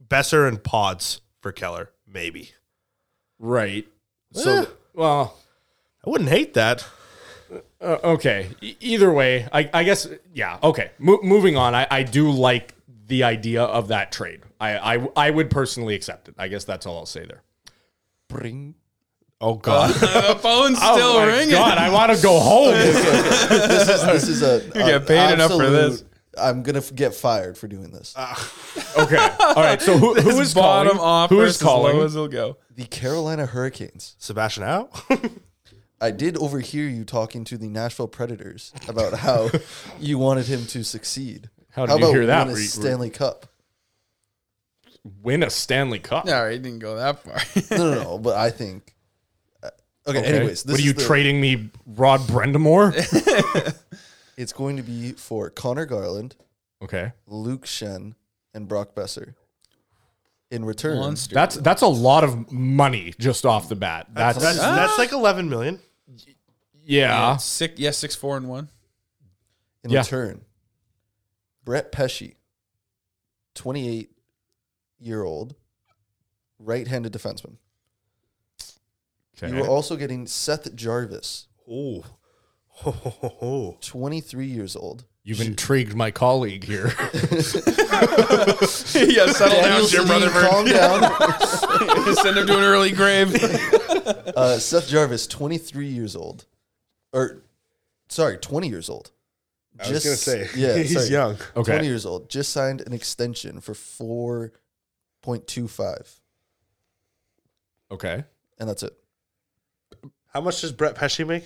Besser and Pods for Keller, maybe.
right.
Eh.
So well,
I wouldn't hate that.
uh, okay. E- either way, I, I guess yeah. Okay, Mo- moving on. I, I do like the idea of that trade. I, I I would personally accept it. I guess that's all I'll say there.
Bring.
Oh God,
the phone's still
oh my
ringing.
God, I want to go home.
This is this is a you
get paid enough for this.
I'm gonna f- get fired for doing this.
okay. All right. So who, who is
bottom
calling?
off?
who is calling?
As low as it'll go.
the Carolina Hurricanes.
Sebastian out.
I did overhear you talking to the Nashville Predators about how you wanted him to succeed.
How did you hear that?
win a
Were you- were-
Stanley Cup?
win a Stanley Cup.
No, he didn't go that far.
No, no, no. But I think. uh, Okay.
Okay.
Anyways, this
what are
is
you
the-
trading me, Rod Brendamore?
It's going to be for Connor Garland,
okay,
Luke Shen, and Brock Besser. In return,
Monster.
that's that's a lot of money just off the bat. That's,
That's
Ah.
that's like eleven million.
yeah.
Six, yeah, six, four, and one.
in
Yeah.
return, Brett Pesci, 28 year old right handed defenseman. You are
Okay.
also getting Seth Jarvis,
Oh, ho, ho, ho, ho.
23 years old.
You've intrigued my colleague here.
yeah, settle down,
Daniel
Jim
Sedin,
Rutherford.
Calm down.
Send him to an early grave.
Uh, Seth Jarvis, 23 years old. Or, sorry, 20 years old.
I was gonna say
Yeah,
he's
sorry.
young.
20
Okay.
years old. Just signed an extension for 4.25.
Okay.
And that's it.
How much does Brett Pesci make?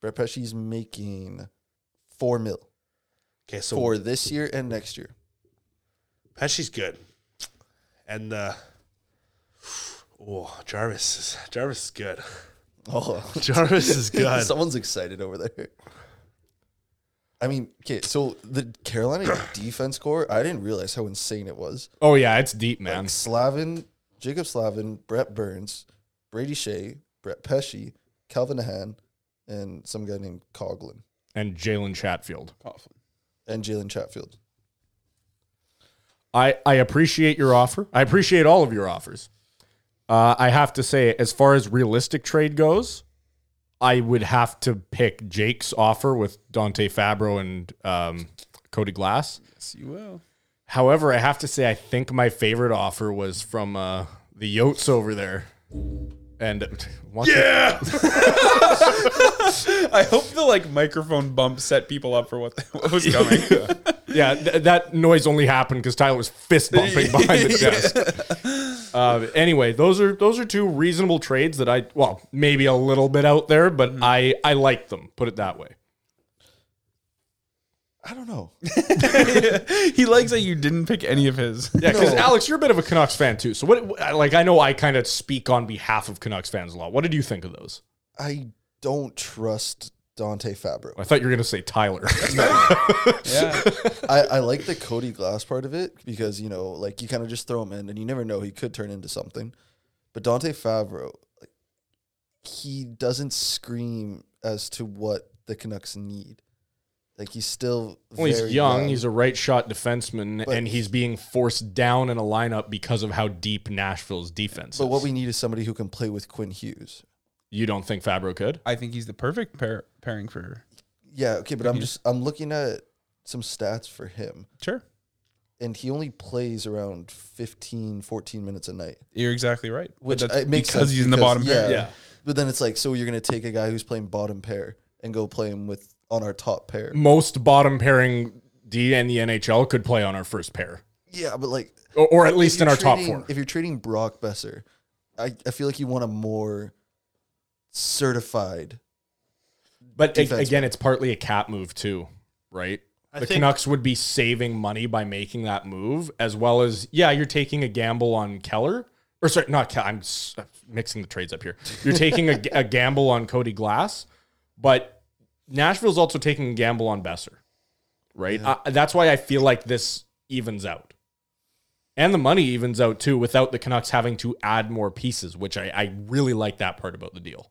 Brett Pesci's making 4 mil
Okay, so
for this year and next year.
Pesci's good, and uh, oh Jarvis, is, Jarvis is good.
Oh,
Jarvis is good.
Someone's excited over there. I mean, okay, so the Carolina defense core, I didn't realize how insane it was.
Oh yeah, it's deep,
Like,
man.
Slavin, Jacob Slavin, Brett Burns, Brady Shea, Brett Pesci, Calvin Nahan, and some guy named Coglin.
and Jalen Chatfield.
Coughlin.
and Jalen Chatfield.
I, I appreciate your offer. I appreciate all of your offers. Uh, I have to say, as far as realistic trade goes, I would have to pick Jake's offer with Dante Fabro and um, Cody Glass.
Yes, you will.
However, I have to say, I think my favorite offer was from uh, the Yotes over there. And yeah,
I hope the like microphone bump set people up for what, what was coming.
yeah, th- that noise only happened because Tyler was fist bumping behind the desk. Uh, anyway, those are those are two reasonable trades that I well maybe a little bit out there, but I I like them. Put it that way.
I don't know.
he likes that you didn't pick any of his.
Yeah, because
No.
Alex, you're a bit of a Canucks fan too. So what? Like I know I kind of speak on behalf of Canucks fans a lot. What did you think of those?
I don't trust Dante Fabro.
I thought you were gonna say Tyler.
Yeah.
I, I like the Cody Glass part of it because, you know, like you kind of just throw him in and you never know. He could turn into something. But Dante Fabro, like, he doesn't scream as to what the Canucks need. Like he's still
well, he's
very
young.
young.
He's a right shot defenseman,
But-
and he's being forced down in a lineup because of how deep Nashville's defense.
But
is.
what we need is somebody who can play with Quinn Hughes.
you don't think Fabro could?
I think he's the perfect pair, pairing for
Yeah, okay, but I'm just I'm looking at some stats for him
sure.
and he only plays around 15 14 minutes a night.
You're exactly right. But
Which uh,
that's
it makes
because
sense
he's in the
because-
bottom pair.
Yeah.
But then it's like so you're going to take a guy who's playing bottom pair and go play him with on our top pair.
Mm.
most bottom pairing D in the NHL could play on our first pair,
Yeah, but like
or, or at
if
least in
you're
our top
trading-
four.
If you're trading Brock Besser, I, I feel like you want a more certified.
But ag-
defenseman.
again, it's partly a cap move too, right?
I
the
think-
Canucks would be saving money by making that move, as well as yeah, you're taking a gamble on Keller, or sorry, not Keller. I'm s- mixing the trades up here. You're taking a, g- a gamble on Cody Glass, but Nashville's also taking a gamble on Besser, right? I- that's why I feel like this evens out. And the money evens out too without the Canucks having to add more pieces, which I, I really like that part about the deal.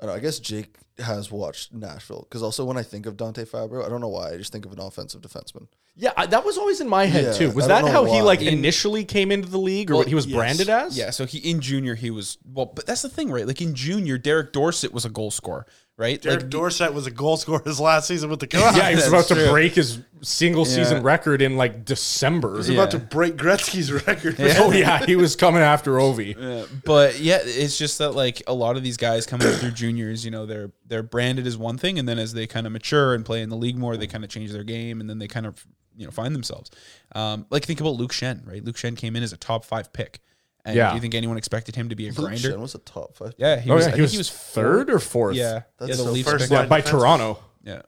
I, don't know, I guess Jake has watched Nashville because also when I think of Dante Fabro, I don't know why I just think of an offensive defenseman.
Yeah, I- that was always in my head
Yeah,
too. Was
I
that
don't
how
know
he
why.
like
In-
initially came into the league or what he was branded as?
Yeah, so he in junior he was well, but that's the thing, right? Like in junior, Derek Dorsett was a goal scorer, right?
Derek
like,
Dorsett was a goal scorer his last season with the Canucks.
Yeah, he was
That's
about to
true.
break his single season record in like December.
He's about to break Gretzky's record.
Oh yeah, he was coming after Ovi.
but yeah, it's just that like a lot of these guys coming up through juniors, you know, they're they're branded as one thing, and then as they kind of mature and play in the league more, they kind of change their game, and then they kind of you know find themselves. Um, like think about Luke Shen, right? Luke Shen came in as a top five pick, and
Yeah.
do you think anyone expected him to be a
Luke
grinder?
Shen was a top five.
Yeah, he
oh
was.
yeah,
I
he
think
was, third or fourth.
Yeah,
That's
yeah,
the
first
picked
yeah,
him.
by Toronto.
Yeah.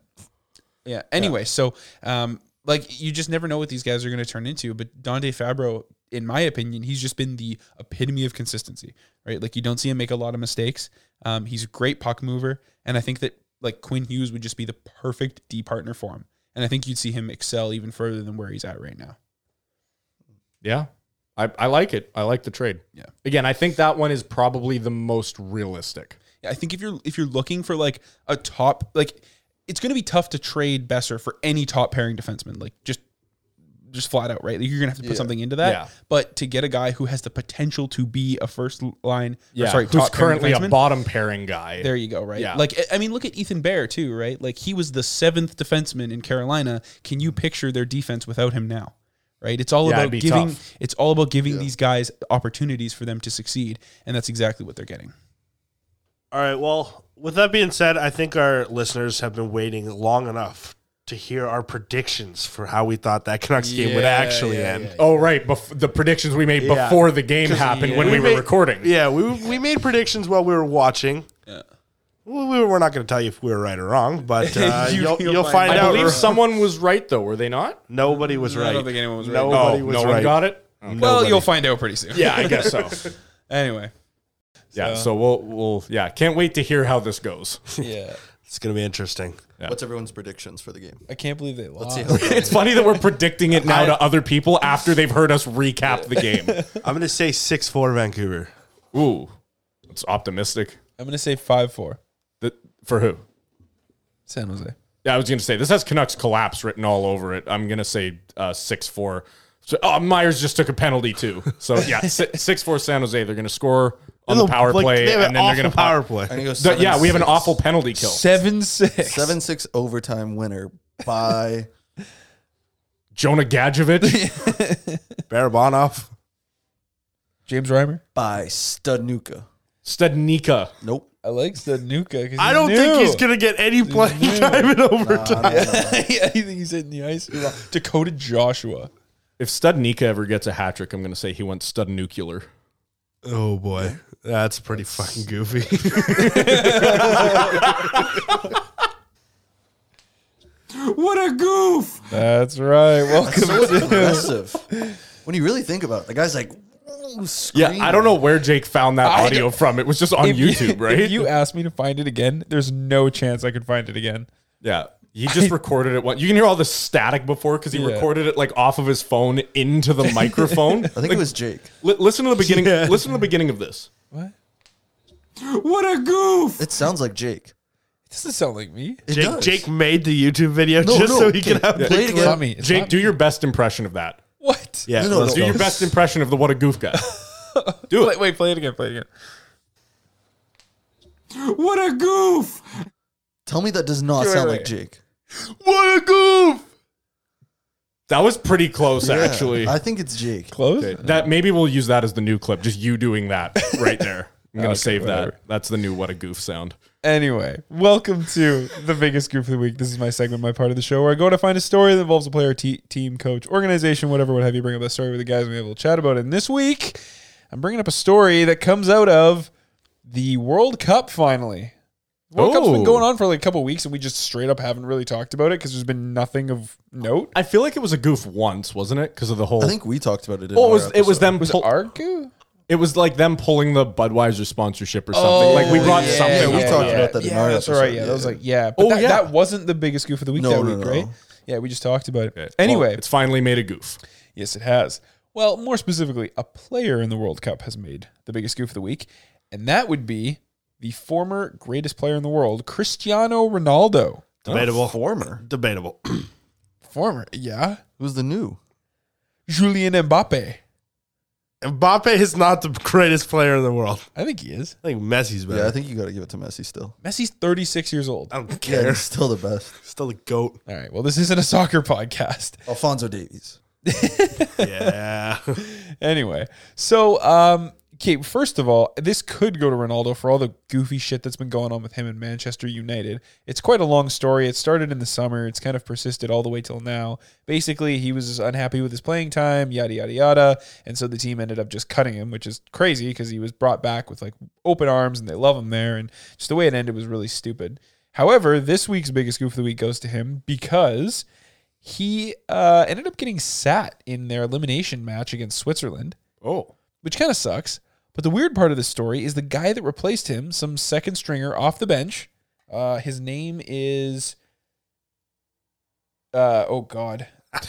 Yeah. Anyway, so um like you just never know what these guys are going to turn into, but Dante Fabro in my opinion, he's just been the epitome of consistency, right? Like you don't see him make a lot of mistakes. Um, he's a great puck mover, and I think that like Quinn Hughes would just be the perfect D partner for him, and I think you'd see him excel even further than where he's at right now.
Yeah, I, I like it. I like the trade.
Yeah.
Again, I think that one is probably the most realistic.
I think if you're if you're looking for like a top like it's going to be tough to trade Besser for any top pairing defenseman like just just flat out right like you're going to have to put something into that
Yeah.
but to get a guy who has the potential to be a first line
Yeah,
yeah. sorry
who's
top pairing
currently a
defenseman,
bottom pairing guy.
there you go right
Yeah.
like I- I mean look at Ethan Bear too right like he was the seventh defenseman in Carolina can you picture their defense without him now right it's all
Yeah, it'd
about
be
giving
tough.
it's all about giving these guys opportunities for them to succeed and that's exactly what they're getting
All right. Well, with that being said, I think our listeners have been waiting long enough to hear our predictions for how we thought that Canucks game would
Yeah,
actually
yeah,
end.
Oh right, bef- the predictions we made
Yeah.
before the game happened when we, were
made-
recording.
Yeah, we we made predictions while we were watching. Yeah. Well, we we're not going to tell you if we were right or wrong, but uh,
You-
you, will
you'll
you'll
find
find
I
out.
believe someone was right though, were they not?
Nobody was right.
I don't think anyone was right.
Nobody
oh,
was
no
right.
one got it.
well you'll find out pretty soon
Yeah, I guess so.
anyway
yeah, so we'll we'll yeah, can't wait to hear how this goes.
Yeah.
It's going to be interesting.
What's everyone's predictions for the game?
I can't believe they lost.
see how it
It's funny that we're predicting it now to other people after they've heard us recap the game.
I'm going to say six four Vancouver.
Ooh, it's optimistic.
I'm going to say 5 4.
That for who?
San Jose.
I was going to say this has Canucks collapse written all over it. I'm going to say uh, six four. So, oh, Myers just took a penalty too. So yeah, six four San Jose. They're going to score on the
Little-
power
like,
play,
they have
and then
an
they're
awful
going to
power play.
And he goes,
The, yeah, we have an
7-6.
awful penalty kill.
Seven six.
seven six overtime winner by
Jonah Gadjevich.
Barabanov.
James Reimer.
by Studnuka.
Stednica.
Nope.
I like Stanuka.
I don't think he's gonna get any playing time in overtime.
yeah, I think he's hitting the ice. Dakota Joshua.
If Studnika ever gets a hat trick, I'm going to say he went stud nuclear.
Oh boy, that's pretty fucking goofy.
That's right. Welcome.
So aggressive. When you really think about it, the guy's like, "Ooh,"
Yeah,
screaming.
I don't know where Jake found that
I
audio from. It was just on YouTube, right?
If you asked me to find it again, there's no chance I could find it again.
yeah. He just recorded it. One, you can hear all the static before because he
Yeah.
recorded it like off of his phone into the microphone.
I think it was Jake.
Li- listen to the beginning. Listen to the beginning of this.
What?
It sounds like Jake.
doesn't sound like me.
It
Jake,
does.
Jake made the YouTube video
No,
just
no,
so he
okay.
could have.
Play it
It's not
again.
me. It's
Jake,
not
do
me.
your best impression of that.
what?
Yeah,
No, no,
let's
no.
Do
go.
your best impression of the what a goof guy.
Do it. Play, wait, play it again. Play it again.
Tell me that does not sound like
right.
Jake.
what a goof. That was pretty close,
Yeah,
actually.
I think it's Jake.
Close.
Okay, that maybe we'll use that as the new clip. Just you doing that right there. I'm gonna
Okay,
save
whatever.
that. That's the new what a goof sound.
Anyway, welcome to the biggest group of the week. This is my segment, my part of the show, where I go to find a story that involves a player, te- team, coach, organization, whatever, what have you. Bring up that story with the guys, and we have a little chat about it. And this week, I'm bringing up a story that comes out of the World Cup. Finally, World Cup's
Oh.
been going on for like a couple weeks, and we just straight up haven't really talked about it because there's been nothing of note.
I feel like it was a goof once, wasn't it? Because of the whole.
I think we talked about it. In
well, it
our
was it was
episode.
them.
Was it
pull-
Argu?
it was like them pulling the Budweiser sponsorship or something. Oh, like we brought
Oh, yeah,
something.
we
up
talked
it.
about that in
Yeah,
our
that's
episode,
right. Yeah, that was like yeah. But
Oh,
that,
yeah.
that wasn't the biggest goof of the week
No,
that
no,
week,
no.
right? Yeah, we just talked about it.
Okay, well,
Anyway,
it's finally made a goof.
Yes, it has. Well, more specifically, a player in the World Cup has made the biggest goof of the week, and that would be the former greatest player in the world, Cristiano Ronaldo.
Debatable.
former.
Debatable.
Former, yeah.
Who's the new?
Julian Mbappe.
Mbappe is not the greatest player in the world.
I think he is.
I think Messi's better.
Yeah, I think you got to give it to Messi still.
Messi's 36 years old.
I don't
Yeah,
care.
he's still the best.
Still the goat.
All right. Well, this isn't a soccer podcast.
Alfonso Davies.
Yeah.
Anyway, so um, okay. First of all, this could go to Ronaldo for all the goofy shit that's been going on with him in Manchester United. It's quite a long story. It started in the summer. It's kind of persisted all the way till now. Basically, he was unhappy with his playing time, yada yada yada, and so the team ended up just cutting him, which is crazy because he was brought back with like open arms and they love him there. And just the way it ended was really stupid. However, this week's biggest goof of the week goes to him because he uh, ended up getting sat in their elimination match against Switzerland,
Oh,
which kind of sucks. But the weird part of this story is the guy that replaced him, some second stringer off the bench. Uh, his name is, uh, oh god,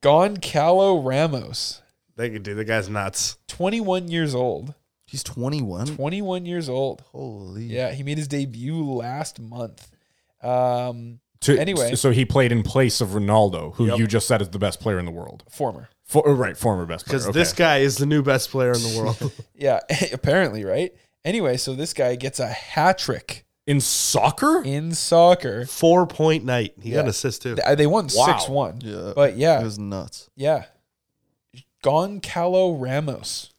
Goncalo Ramos,
Thank you, dude. The guy's nuts.
21 years old.
He's 21.
21 years old.
Holy.
Yeah, he made his debut last month. Um,
To-
Anyway.
so he played in place of Ronaldo, who you just said is the best player in the world.
former.
For, oh, right, former best player.
Because this
okay.
guy is the new best player in the world.
Yeah, apparently, right? Anyway, so this guy gets a hat trick
in soccer,
in soccer.
Four point night. He got
Yeah.
an assist too.
Th- uh, They won
Wow.
6 1.
Yeah.
But yeah,
It was nuts.
yeah. Goncalo Ramos.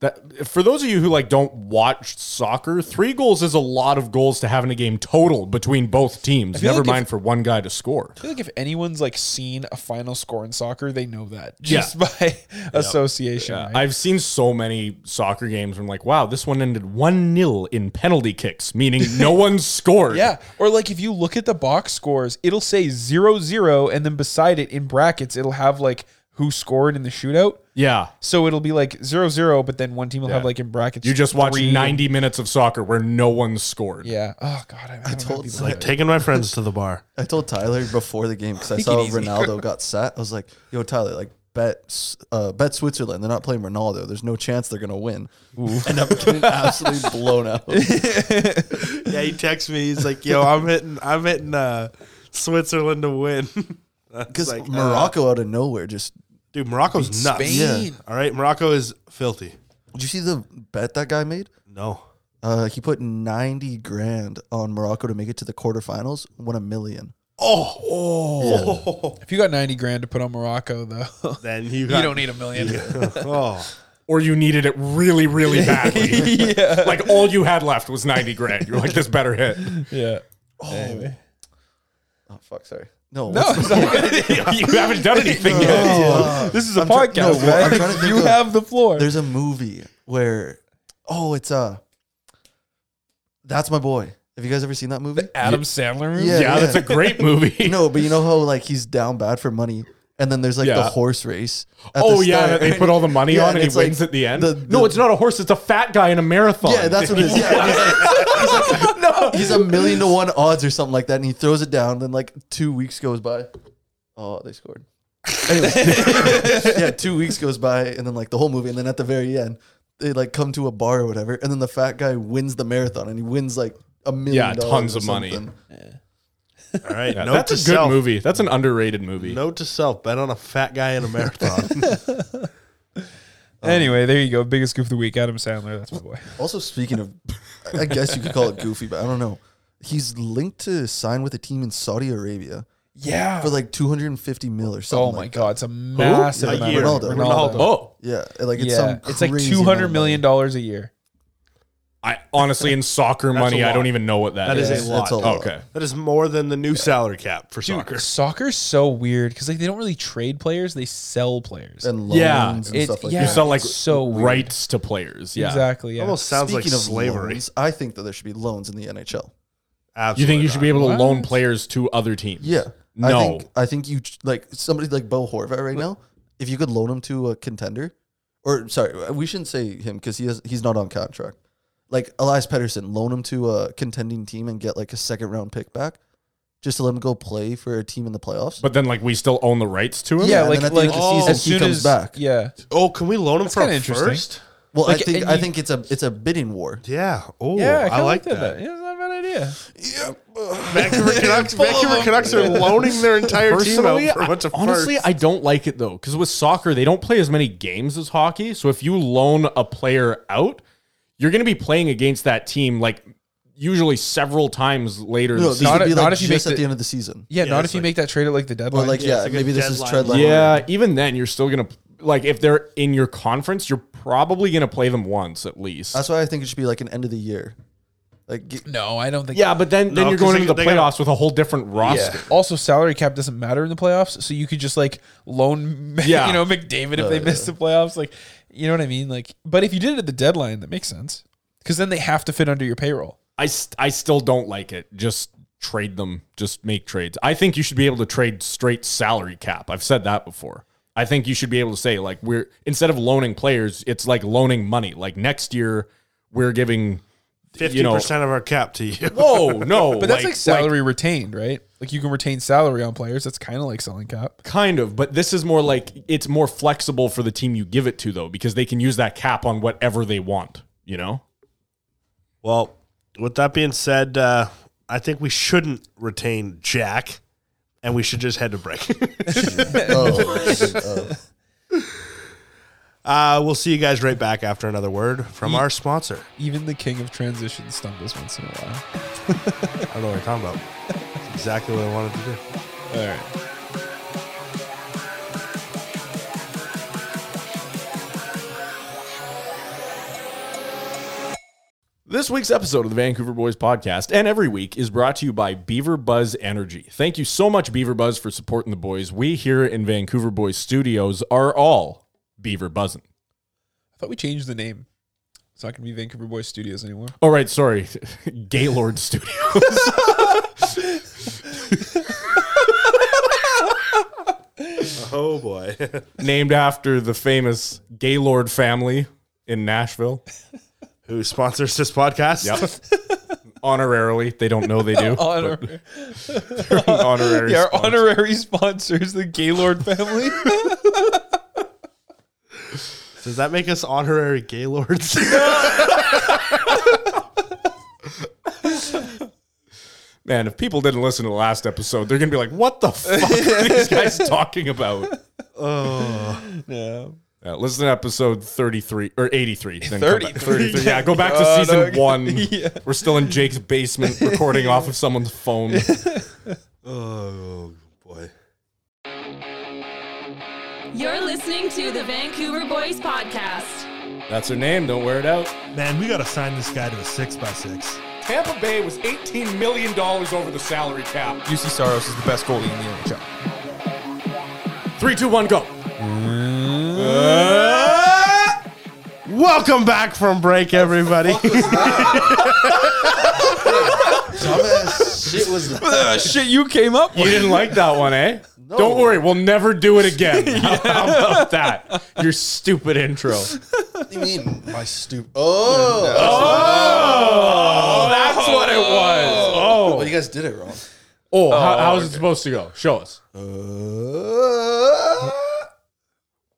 That for those of you who like don't watch soccer, three goals is a lot of goals to have in a game total between both teams.
feel
Never
like
mind
if-
for one guy to score.
I feel like if anyone's like seen a final score in soccer, they know that
Yeah.
just by association.
Yeah,
right?
I've seen so many soccer games where I'm like, wow, this one ended 1 0 in penalty kicks, meaning no one scored.
Yeah. Or like if you look at the box scores, it'll say 0 0, and then beside it in brackets, it'll have like who scored in the shootout.
Yeah.
So it'll be like 0 0, but then one team will have
Yeah.
like in brackets.
You just watched
three-
90 minutes of soccer where no one scored.
Yeah. Oh, God. I, I
told
told
Cy-
you.
Like taking my friends to the bar.
I told Tyler before the game because I
Take it
saw
easy.
Ronaldo got sat. I was like, yo, Tyler, like, bet S- uh, bet Switzerland. They're not playing Ronaldo. There's no chance they're gonna win. End up getting absolutely blown out.
Yeah, he texts me. He's like, "Yo, I'm hitting, I'm hitting uh, Switzerland to win."
Because
Because like,
uh,
Morocco,
Morocco out of nowhere just.
dude, Morocco's nuts.
Spain.
All right, Morocco is filthy.
Did you see the bet that guy made?
No,
Uh, he put ninety grand on Morocco to make it to the quarterfinals. Won a million.
Oh,
If you got ninety grand to put on Morocco, though,
then you,
you
got-
don't need a million.
oh,
Or you needed it really, really badly. Like all you had left was 90 grand. You're like, this better hit.
yeah.
Oh fuck! Sorry. No.
No,
what's-
it's not good.
you haven't done anything yet.
this is a
try- no,
podcast,
well, I'm
man.
trying to think
you
of-
have the floor.
There's a movie where, oh, it's uh, that's my boy. Have you guys ever seen that movie?
Adam Sandler.
Yeah,
Yeah, that's a great movie.
No, but you know how like he's down bad for money, and then there's like the
Yeah.
horse race. at the
Oh yeah,
start.
that they put all the money
Yeah,
on and he
it's like
wins at the end.
the- the-
no, it's not a horse. It's a fat guy in a marathon.
Yeah, that's what it is. Yeah, and he's, like, he's, like, he's a million to one odds or something like that, and he throws it down. Then like two weeks goes by. Oh, they scored. Anyways, yeah, two weeks goes by, and then like the whole movie, and then at the very end, they like come to a bar or whatever, and then the fat guy wins the marathon, and he wins like a million.
Yeah,
dollars
tons
or
of money.
something.
all right.
Yeah,
note
that's
to
a good
self,
movie. That's an underrated movie.
Note to self: bet on a fat guy in a marathon.
um,
Anyway, there you go. Biggest goof of the week, Adam Sandler. That's my boy.
Also, speaking of, I guess you could call it goofy, but I don't know. He's linked to sign with a team in Saudi Arabia
Yeah.
for like 250 mil or something.
Oh my
like
god, it's a massive
A
amount.
year.
Ronaldo.
Ronaldo.
Oh,
Yeah, like it's
It's,
some.
yeah. it's like
crazy
two hundred
amount of
million
money.
dollars a year.
I honestly in soccer money, I
lot.
don't even know what
That is
is. Oh,
a
That's
lot.
a lot.
okay.
That is more than the new salary cap for soccer.
Dude, soccer's so weird because like they don't really trade players; they sell players.
And loans
Yeah.
and
It-
stuff like
yeah.
You
that.
sell like
It's so weird.
rights to players. Yeah.
Exactly. Yeah.
Almost sounds
Speaking
like
of
slavery.
loans, I think that there should be loans in the NHL.
You think you should be able to
What?
loan players to other teams?
Yeah.
No.
I think, I think you ch- like somebody like Bo Horvat right now. If you could loan him to a contender, or sorry, we shouldn't say him because he has he's not on contract. Like Elias Pettersson, loan him to a contending team and get like a second round pick back, just to let him go play for a team in the playoffs.
But then, like, we still own the rights to him.
yeah,
and
like
then at the
like
end of the season,
as
he
soon
comes
as
back.
Yeah.
Oh, can we loan him for
kinda
a
interesting.
first?
well, I
like,
think
and
I
you-
think it's a it's a bidding war.
Yeah. Oh,
Yeah,
I,
kinda
like
looked at
that.
Yeah, it's not a bad idea.
Vancouver Canucks, Vancouver Canucks are loaning their entire team out
Personally,
for a bunch
I,
of
honestly,
firsts.
I don't like it though, because with soccer, they don't play as many games as hockey. So if you loan a player out, you're going to be playing against that team like usually several times later.
No,
this
these
Not
would
if-
be
not
like
if you
just
make
at the
the-
end of the season.
Yeah, not
it's
if you
like-
make that trade at like the deadline.
Or like yeah,
like a
maybe this is
deadline
tread
loan.
line.
Yeah, even then you're still gonna like if they're in your conference, you're probably gonna play them once at least.
That's why I think it should be like an end of the year. Like g-
no, I don't think.
yeah, but then then
No,
you're
'cause
going
they-
into the
they gotta-
playoffs with a whole different roster.
Also, salary cap doesn't matter in the playoffs, so you could just like loan,
Yeah.
you know, McDavid if they miss the playoffs. Like, you know what I mean? Like, but if you did it at the deadline, that makes sense because then they have to fit under your payroll.
I st- I still don't like it. Just trade them. Just make trades. I think you should be able to trade straight salary cap. I've said that before. I think you should be able to say like we're instead of loaning players, it's like loaning money. Like next year, we're giving
Fifty
you know-
percent of our cap to you.
Whoa, no,
But that's like, salary retained, right? Like you can retain salary on players. That's kind of like selling cap.
Kind of, but this is more like it's more flexible for the team you give it to, though, because they can use that cap on whatever they want. You know,
Well, with that being said, uh, I think we shouldn't retain Jack, and we should just head to break.
oh, dude, oh.
uh, we'll see you guys right back after another word
Mm.
from our sponsor.
Even the king of transition stumbles once in a while.
I don't know what you're talking about. That's exactly what I wanted to do.
All right.
This week's episode of the Vancouver Boys podcast and every week is brought to you by Beaver Buzz Energy. Thank you so much, Beaver Buzz, for supporting the boys. We here in Vancouver Boys Studios are all Beaver Buzzin'.
I thought we changed the name. It's not going to be Vancouver Boys Studios anymore.
All Oh, right, sorry, Gaylord Studios.
Oh boy.
named after the famous Gaylord family in Nashville.
Who sponsors this podcast?
Yep. Honorarily, they don't know they do.
Honor-
honorary
yeah, our
sponsor.
honorary sponsors, the Gaylord family.
Does that make us honorary gaylords?
Man, if people didn't listen to the last episode, they're gonna be like, "What the fuck are these guys talking about?"
Yeah.
Uh, listen to episode 33 or 83. then come back-
33.
33. Yeah, go back to
Oh,
season
no.
one.
Yeah.
We're still in Jake's basement recording off of someone's phone.
oh boy.
You're listening to the Vancouver Boys Podcast.
That's her name. Don't wear it out.
Man, we got to sign this guy to a six by six.
Tampa Bay was $18 million over the salary cap.
UC Saros is the best goalie in the NHL.
Three, two, one, go.
Welcome back from break, everybody.
Dumbass shit was that?
Uh, shit, you came up
You
with.
didn't like that one, eh? Don't worry, we'll never do it again. How about that? Your stupid intro.
What do you mean? My stupid. Oh,
Oh, that's what it was.
Well, you guys did it wrong.
Oh, how, how is it supposed to go? Show us.
Uh,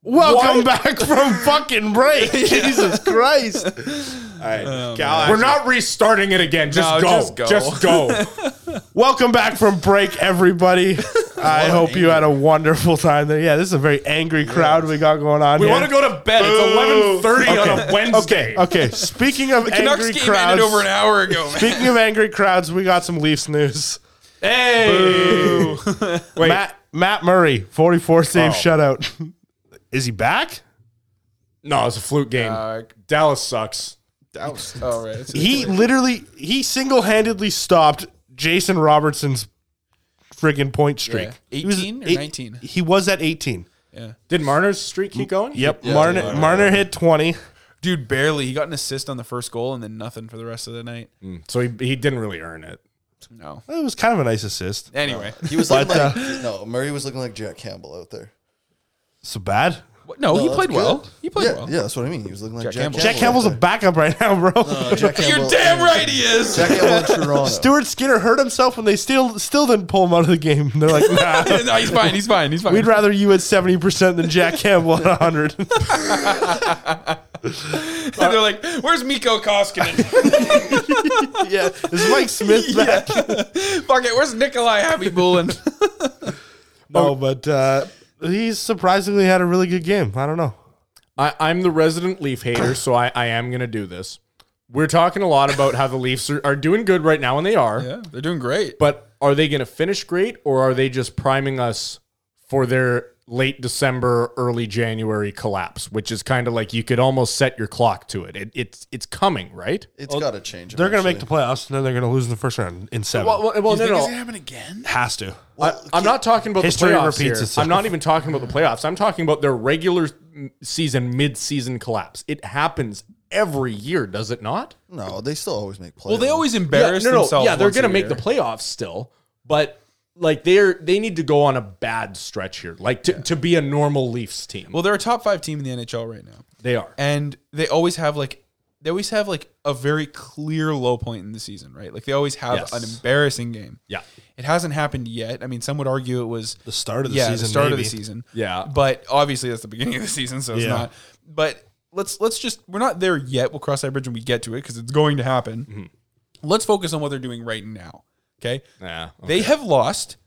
Welcome back from fucking break. Um, Jesus Christ. All right. Cal,
We're not restarting it again. Just
No,
go.
just go.
Just go.
Welcome back from break, everybody. I hope you had a wonderful time there. Yeah, this is a very angry crowd we got going on
we
here.
want to go to bed. It's 11:30 on a Wednesday.
Okay, speaking of
Canucks
angry
game ended
crowds,
over an hour ago, man.
speaking of angry crowds, we got some Leafs news.
Hey. Wait. Oh.
Matt Matt Murray, 44 save shutout. Is he back?
No, it's a flute game.
Uh,
Dallas sucks.
That was, oh, right. It's-
He literally he single-handedly stopped Jason Robertson's friggin' point streak.
Yeah.
He was
18 or
eight-
19?
He was at 18.
Did Marner's streak keep going?
Yep. Marner, Marner hit 20.
Dude, barely. He got an assist on the first goal and then nothing for the rest of the night.
So he, he didn't really earn it.
No.
It was kind of a nice assist.
Anyway.
he was looking like no. Murray was looking like Jack Campbell out there.
So bad.
What- No, he
that's
played
good.
well. He played
yeah,
well.
Yeah, that's what I mean. He was looking like
Jack
Jack,
Campbell.
Campbell.
Jack Campbell's a backup right now, bro.
Jack
You're
Campbell.
damn right he is.
Jack Campbell in Toronto.
Stuart Skinner hurt himself when they still still didn't pull him out of the game. They're like, nah.
no, he's fine. He's fine. He's fine.
We'd rather you at 70% than Jack Campbell at 100.
They're like, where's Miko Koskinen?
yeah. Is Mike Smith back?
Fuck it. Where's Nikolai Happy Bulin?
No, but uh, he surprisingly had a really good game. I don't know.
I, I'm the resident Leaf hater, so I, I am going to do this. We're talking a lot about how the Leafs are, are doing good right now, and they are.
yeah, they're doing great.
But are they going to finish great, or are they just priming us for their late December, early January collapse, which is kind of like you could almost set your clock to it. it it's it's coming, right?
It's got to change.
They're going to make the
eventually.
playoffs, and then they're going to lose in the first round in seven.
Well, well, well no, no,
happen again?
Has to.
I, I'm not talking about
History
the playoffs
repeats
here.
itself.
I'm not even talking about the playoffs. I'm talking about their regular mm, season, mid-season collapse. It happens every year, does it not?
No, they still always make playoffs.
Well, they always embarrass
yeah, no, no,
themselves.
Yeah, they're
once a
gonna make the
year.
playoffs still, but like they're they need to go on a bad stretch here, like to, to be a normal Leafs team.
Well, they're a top five team in the NHL right now,
they are.
and they always have like they always have like a very clear low point in the season, right? Like they always have
Yes.
an embarrassing game.
Yeah.
It hasn't happened yet. I mean, some would argue it was
The start of the
yeah,
season,
the start of
maybe.
the season.
Yeah.
But obviously that's the beginning of the season, so it's
Yeah.
not. But let's let's just we're not there yet. We'll cross that bridge when we get to it because it's going to happen.
Mm-hmm.
Let's focus on what they're doing right now. Okay.
Yeah.
Oh,
They have lost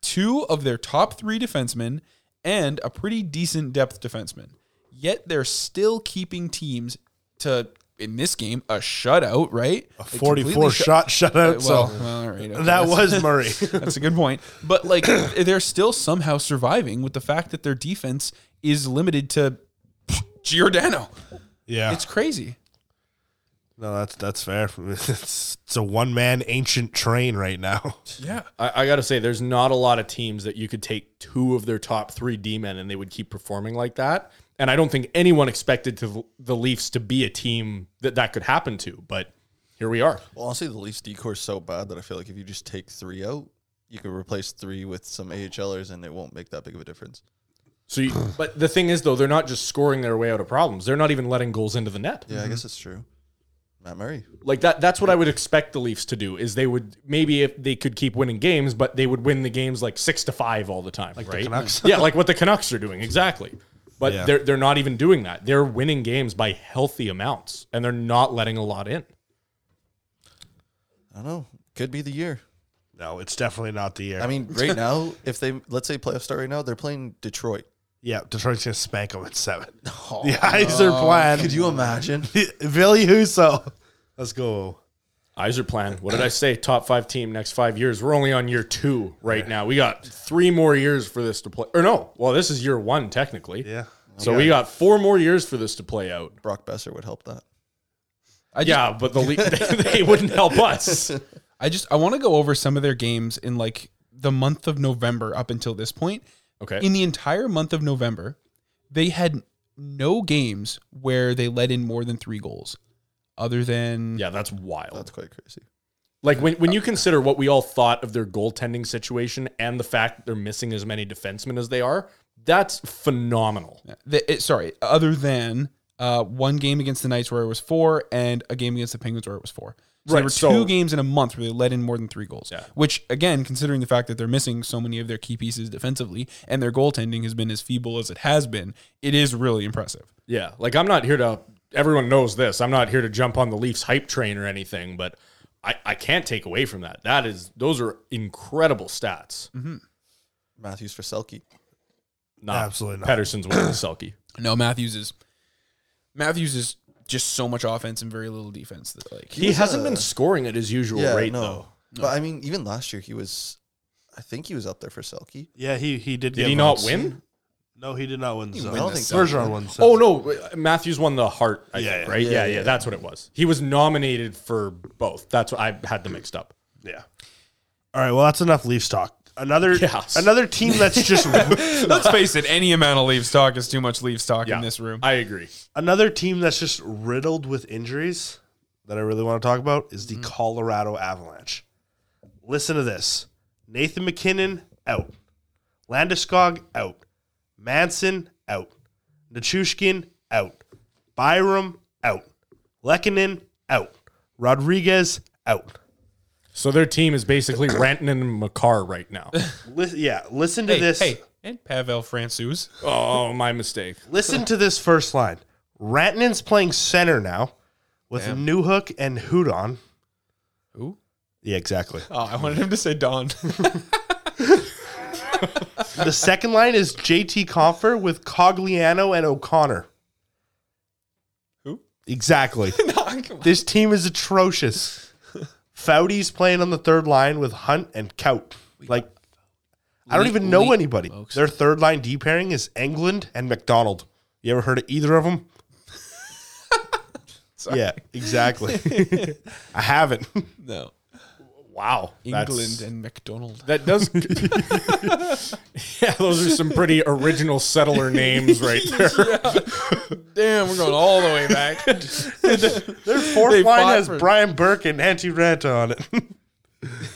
two of their top three defensemen and a pretty decent depth defenseman. Yet they're still keeping teams to in this game a shutout, right? A
44 shot shutout.
Well,
so
well, all right, okay,
that
that's-
was Murray.
that's a good point. But like they're still somehow surviving with the fact that their defense is limited to Giordano.
yeah.
It's crazy.
No, that's that's fair. It's, it's a one man ancient train right now.
Yeah.
I, I gotta say, there's not a lot of teams that you could take two of their top three D men and they would keep performing like that. And I don't think anyone expected to, the Leafs to be a team that that could happen to, but here we are.
Well, honestly, the Leafs decor is so bad that I feel like if you just take three out, you could replace three with some AHLers, and it won't make that big of a difference.
So, you, but the thing is, though, they're not just scoring their way out of problems. They're not even letting goals into the net.
Yeah, I guess it's true. Matt Murray.
Like that that's what I would expect the Leafs to do is they would maybe if they could keep winning games, but they would win the games like six to five all the time. Like right?
Canucks.
Yeah, like what the Canucks are doing, exactly. But
Yeah.
they're they're not even doing that. They're winning games by healthy amounts, and they're not letting a lot in.
I don't know. Could be the year.
No, it's definitely not the year.
I mean, right now, if they let's say playoff start right now, they're playing Detroit.
yeah, Detroit's gonna spank them at seven. the eyes are playing.
Oh, Could you imagine?
Billy Huso. Let's go.
Eyes are plan. What did I say? Top five team next five years. We're only on year two right now. We got three more years for this to play. Or no, well, this is year one technically.
Yeah.
So we got four more years for this to play out.
Brock Besser would help that.
I just,
Yeah, but the league they, they wouldn't help us.
I just I want to go over some of their games in like the month of November up until this point.
Okay.
In the entire month of November, they had no games where they let in more than three goals, other than
Yeah, that's wild.
That's quite crazy.
Like when, when you consider what we all thought of their goaltending situation and the fact that they're missing as many defensemen as they are, that's phenomenal.
the, it, sorry, other than uh, one game against the Knights where it was four, and a game against the Penguins where it was four. So
Right,
there were
so-
two games in a month where they let in more than three goals.
Yeah.
Which, again, considering the fact that they're missing so many of their key pieces defensively and their goaltending has been as feeble as it has been, it is really impressive.
Yeah. Like I'm not here to everyone knows this. I'm not here to jump on the Leafs hype train or anything, but I, I can't take away from that. That is those are incredible stats.
Mm-hmm. Matthews for Selkie.
Not
Absolutely not.
Pedersen's winning the Selkie.
No, Matthews is Matthews is just so much offense and very little defense that like
He, hasn't been scoring at his usual
Yeah,
rate
no.
though.
But I mean, even last year he was, I think he was up there for Selkie.
Yeah, he he did.
Did
get
he not
votes.
win?
No, he did not win. Zone.
win I don't this think so.
Bergeron won.
Oh no, Matthews won the heart, I
Yeah,
think,
yeah.
right? Yeah yeah,
Yeah, yeah.
that's what it was. He was nominated for both. That's what I had them mixed up.
Yeah. All right. Well, that's enough Leafs talk. Another
Yes.
another team that's just
let's face it, any amount of Leafs talk is too much Leafs talk
Yeah,
in this room.
I agree.
another team that's just riddled with injuries that I really want to talk about is
Mm-hmm.
the Colorado Avalanche. Listen to this: Nathan McKinnon out, Landeskog out, Manson out, Nachushkin out, Byram out, Lekanen out, Rodriguez out.
So their team is basically Ranton and Makar right now.
Lis- yeah, listen to
hey,
this.
hey, and Pavel Francouz.
Oh, my mistake.
Listen to this first line. Ratnan's playing center now with Newhook and Houdon.
Who?
Yeah, exactly.
Oh, I wanted him to say Don.
the second line is JT Confer with Cogliano and O'Connor.
Who?
Exactly.
Come on.
this team is atrocious. Foudy's playing on the third line with Hunt and Kaut. Like, I don't even know anybody. Their third line D pairing is England and McDonald. You ever heard of either of them? Yeah, exactly. I haven't.
no.
Wow. that's-
England and McDonald.
That does. yeah, those are some pretty original settler names right there.
Damn, we're going all the way back.
Their fourth
They
line
fought
has
for-
Brian Burke and Antti Ranta on it.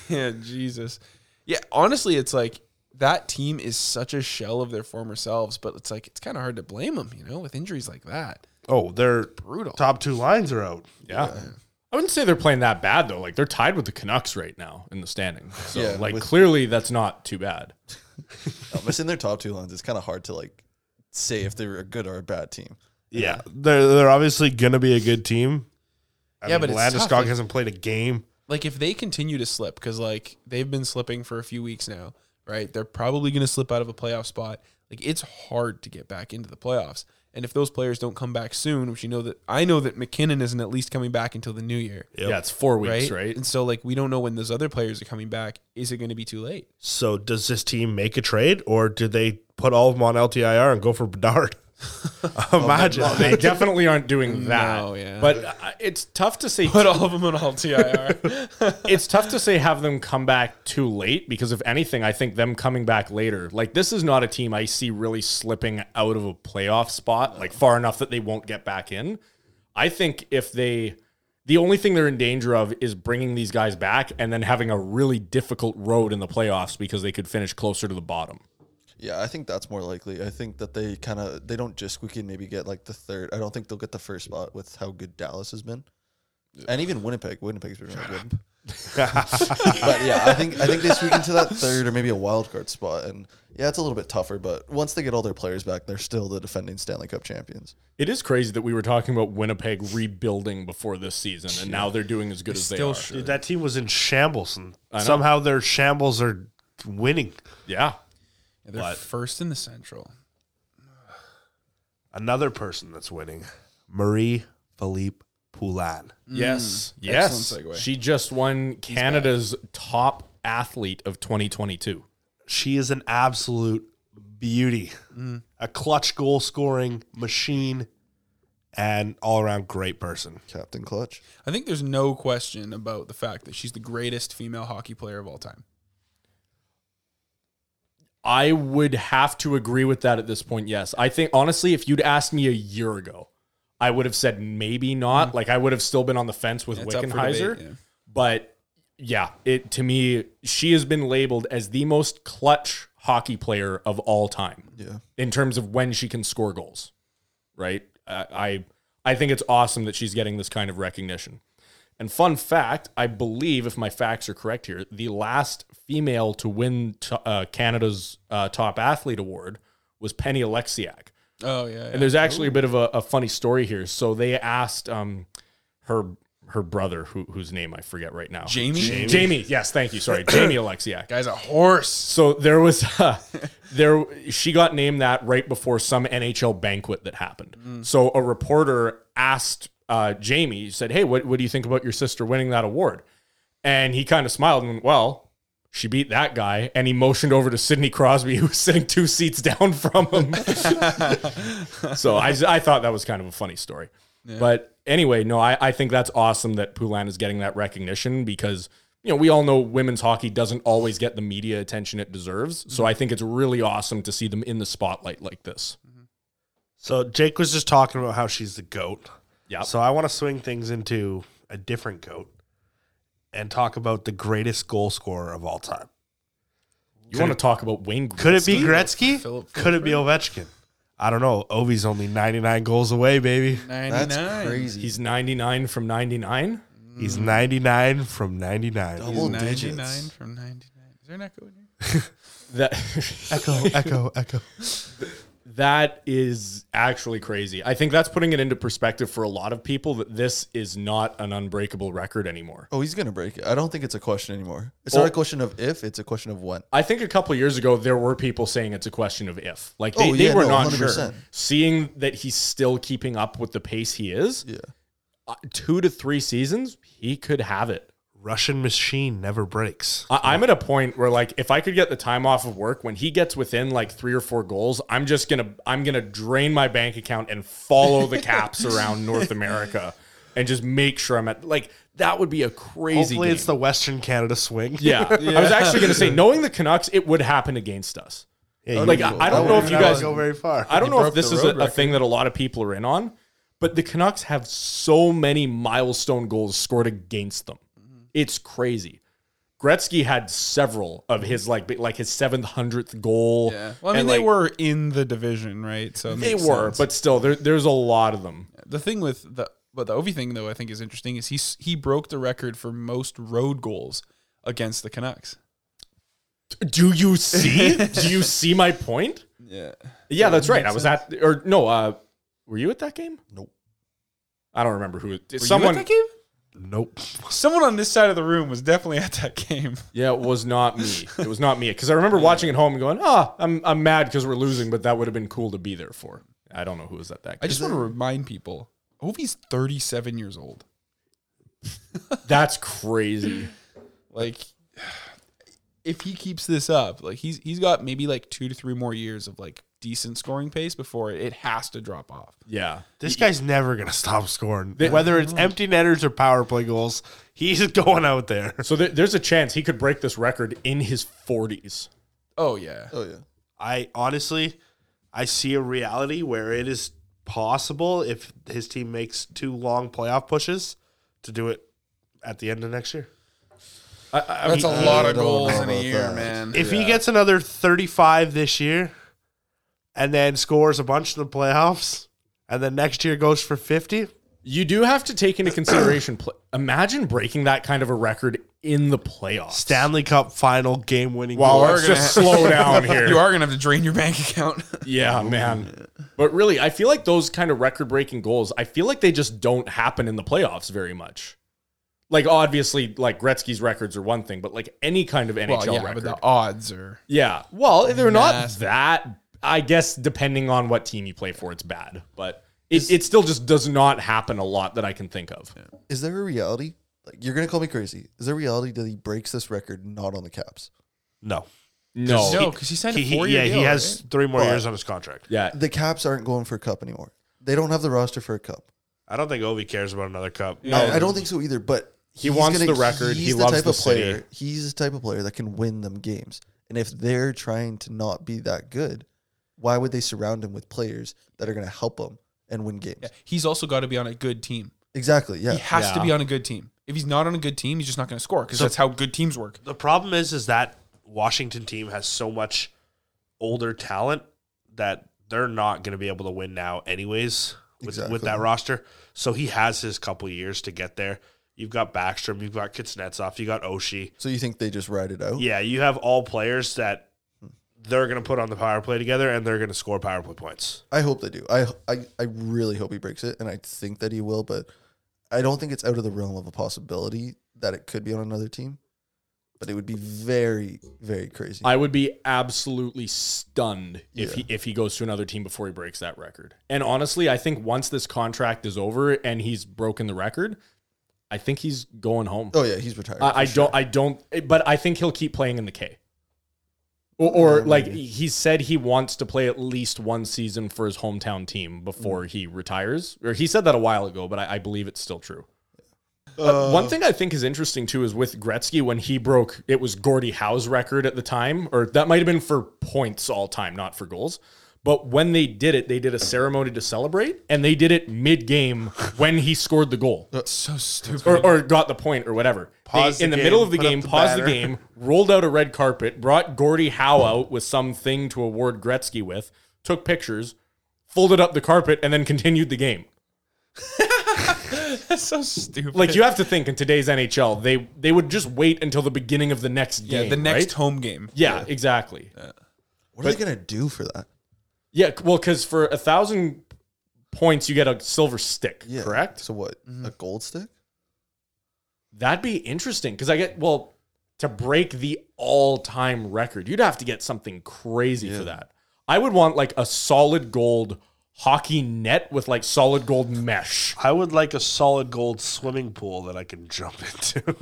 yeah, Jesus. Yeah, honestly, it's like that team is such a shell of their former selves, but it's like it's kind of hard to blame them, you know, with injuries like that.
oh, their
Brutal.
top two lines are out.
Yeah. I wouldn't say they're playing that bad, though. Like, they're tied with the Canucks right now in the standing. So,
Yeah,
like,
with-
clearly that's not too bad.
No, missing their top two lines, it's kind of hard to like say if they were a good or a bad team.
Yeah, they're they're obviously gonna be a good team. I
Yeah, but it's
Landeskog
tough, like-
hasn't played a game.
Like if they continue to slip, because like they've been slipping for a few weeks now, right? They're probably going to slip out of a playoff spot. Like it's hard to get back into the playoffs, and if those players don't come back soon, which you know that I know that McKinnon isn't at least coming back until the new year.
Yeah, it's four weeks, right?
And so like we don't know when those other players are coming back. Is it going to be too late?
So does this team make a trade, or do they put all of them on LTIR and go for Bedard? Imagine
They definitely aren't doing that.
No, yeah.
But uh, it's tough to say
Put all of them on LTIR.
it's tough to say have them come back too late because if anything, I think them coming back later. Like this is not a team I see really slipping out of a playoff spot, like far enough that they won't get back in. I think if they the only thing they're in danger of is bringing these guys back and then having a really difficult road in the playoffs because they could finish closer to the bottom.
Yeah, I think that's more likely. I think that they kind of they don't just squeak in, maybe get like the third. I don't think they'll get the first spot with how good Dallas has been. and even Winnipeg. Winnipeg's been really good. but yeah, I think I think they squeak into that third or maybe a wild card spot, and yeah, it's a little bit tougher. But once they get all their players back, they're still the defending Stanley Cup champions.
It is crazy that we were talking about Winnipeg rebuilding before this season, and now they're doing as good as they
still
are.
should.
Dude, that team was in shambles, and somehow their shambles are winning.
Yeah,
Yeah, they're first in the Central.
Another person that's winning, Marie Philippe Poulin.
Yes. yes.
Mm. Excellent segue.
She just won Canada's top athlete of 2022.
She is an absolute beauty, a clutch goal scoring machine, and all around great person.
Captain Clutch.
I think there's no question about the fact that she's the greatest female hockey player of all time.
I would have to agree with that at this point. Yes. I think, honestly, if you'd asked me a year ago, I would have said maybe not. Like, I would have still been on the fence with
Mm. It's up for
Wickenheiser.
debate, yeah.
But yeah, it to me, she has been labeled as the most clutch hockey player of all time.
Yeah.
in terms of when she can score goals, right? I I I think it's awesome that she's getting this kind of recognition. And fun fact, I believe if my facts are correct here, the last female to win to, uh, Canada's uh, top athlete award was Penny Alexiak.
Oh yeah, yeah.
And there's actually a bit of a, a funny story here. So they asked um, her her brother, who, whose name I forget right now,
Jamie? Jamie.
Jamie, yes, thank you. Sorry, Jamie Alexiak.
guy's a horse.
So there was uh, there she got named that right before some NHL banquet that happened.
Mm.
So a reporter asked uh, Jamie, said, "Hey, what what do you think about your sister winning that award?" And he kind of smiled and went, "Well." She beat that guy, and he motioned over to Sidney Crosby, who was sitting two seats down from him. so I, I thought that was kind of a funny story. But anyway, no, I, I think that's awesome that Poulin is getting that recognition because, you know, we all know women's hockey doesn't always get the media attention it deserves. So I think it's really awesome to see them in the spotlight like this.
So Jake was just talking about how she's the goat.
Yeah.
So I want to swing things into a different goat and talk about the greatest goal scorer of all time.
You want to talk about Wayne Gretzky?
Could it be Gretzky?
Philip
Could it be Ovechkin? I don't know. Ovi's only 99 goals away, baby.
Ninety
That's
nine.
crazy.
He's 99 from 99.
He's 99 from 99.
Double
Ninety nine
digits.
from ninety nine. Is there an echo in here?
That
echo, echo, echo.
that is actually crazy. I think that's putting it into perspective for a lot of people that this is not an unbreakable record anymore.
Oh, he's gonna break it. I don't think it's a question anymore. It's
Oh.
not a question of if; it's a question of when.
I think a couple of years ago there were people saying it's a question of if. Like they,
Oh,
they
yeah,
were
no,
not sure.
100%.
Seeing that he's still keeping up with the pace he is,
Yeah.
uh, two to three seasons, he could have it.
Russian machine never breaks.
I, I'm at a point where like if I could get the time off of work when he gets within like three or four goals, I'm just gonna I'm gonna drain my bank account and follow the caps around North America and just make sure I'm at like that would be a crazy
Hopefully,
game.
it's the Western Canada swing.
yeah. I was actually gonna say knowing the Canucks, it would happen against us.
Yeah,
Like,
you-
I- I don't know if you
That would
guys-
go very far.
I don't know if
broke the
this is a,
road
a thing that a lot of people are in on, but the Canucks have so many milestone goals scored against them.
Mm-hmm.
It's crazy. Gretzky had several of his like bi- like his seventh hundredth goal.
Yeah. Well, I mean,
and,
they
like,
were in the division, right? So it
they
makes
were,
sense.
but still there, there's a lot of them.
the thing with the but the Ovi thing though, I think is interesting is he s- he broke the record for most road goals against the Canucks.
Do you see? Do you see my point?
Yeah.
Yeah, that's right. I was at or no, uh were you at that game?
Nope.
I don't remember who it-
Someone
someone
that game?
Nope.
Someone on this side of the room was definitely at that game.
Yeah, it was not me. It was not me because I remember watching at home and going, "Ah, I'm I'm mad because we're losing, but that would have been cool to be there for." I don't know who was at that.
I
Game.
just want to remind people, Ovi's 37 years old.
That's crazy.
Like if he keeps this up, like he's he's got maybe like 2 to 3 more years of like decent scoring pace before it has to drop off.
Yeah,
This guy's never going to stop scoring. Whether it's empty netters or power play goals, he's going out there.
so there, there's a chance he could break this record in his 40s.
Oh yeah.
Oh yeah.
I honestly, I see a reality where it is possible if his team makes two long playoff pushes to do it at the end of next year.
That's a
I
lot of
don't
goals
know
in a
about
year,
that.
man.
If he gets another 35 this year and then scores a bunch in the playoffs and then next year goes for 50,
You do have to take into consideration. Play- Imagine breaking that kind of a record in the playoffs.
Stanley Cup final game winning
Wow,
goal.
let's just slow down here.
You are gonna have to drain your bank account.
Yeah, man. But really, I feel like those kind of record breaking goals, I feel like they just don't happen in the playoffs very much. Like, obviously, like Gretzky's records are one thing, but like any kind of NHL
well, yeah,
record.
but the odds are.
yeah. Well, they're not
Massive.
that, I guess, depending on what team you play for, it's bad. But it, it still just does not happen a lot that I can think of.
Is there a reality? Like, you're gonna call me crazy. Is there a reality that he breaks this record not on the Caps?
No.
No.
No, because he signed
He,
a
he-
four year
yeah, he has three more years on his contract.
Yeah.
The Caps aren't going for a cup anymore. They don't have the roster for a cup.
I don't think Ovi cares about another cup.
I, I don't think so either. But
He
he's
wants the record. He
He's
loves
the type
the
of player.
city.
He's the type of player that can win them games. And if they're trying to not be that good, why would they surround him with players that are going to help him and win games?
He's also got to be on a good team.
Exactly. Yeah.
He has to
Yeah.
be on a good team. If he's not on a good team, he's just not going to score because that's how good teams work.
The problem is, is that Washington team has so much older talent that they're not going to be able to win now, anyways, with,
Exactly.
with that roster. So he has his couple years to get there. You've got Backstrom, you've got Kuznetsov, you got Oshie.
So you think they just ride it out?
Yeah, you have all players that they're going to put on the power play together and they're going to score power play points.
I hope they do. I, I I really hope he breaks it, and I think that he will. But I don't think it's out of the realm of a possibility that it could be on another team. But it would be very, very crazy.
I would be absolutely stunned if
Yeah.
he if he goes to another team before he breaks that record. And honestly, I think once this contract is over and he's broken the record, I think he's going home.
oh yeah, he's retired.
I, I
for sure.
don't I don't but I think he'll keep playing in the K. Or, or like he said he wants to play at least one season for his hometown team before
Mm.
he retires. Or he said that a while ago, but I, I believe it's still true. Uh, one thing I think is interesting too is with Gretzky when he broke it was Gordie Howe's record at the time, or that might have been for points all time, not for goals. But when they did it, they did a ceremony to celebrate, and they did it mid game when he scored the goal
Uh,
So stupid.
or, or got the point or whatever.
Pause
They- in
the
the
game,
middle of the
put up
game,
the
paused the
banner.
game, rolled out a red carpet, brought Gordie Howe out with something to award Gretzky with, took pictures, folded up the carpet, and then continued the game.
That's so stupid.
Like you have to think in today's NHL, they they would just wait until the beginning of the next
yeah,
game.
the next
right?
home game.
yeah, exactly.
What are they gonna do for that?
Yeah, c- well, because for a thousand points you get a silver stick,
Yeah.
correct?
So what? A gold stick?
That'd be interesting because I get well to break the all-time record. You'd have to get something crazy for that. I would want like a solid gold hockey net with like solid gold mesh.
I would like a solid gold swimming pool that I can jump into.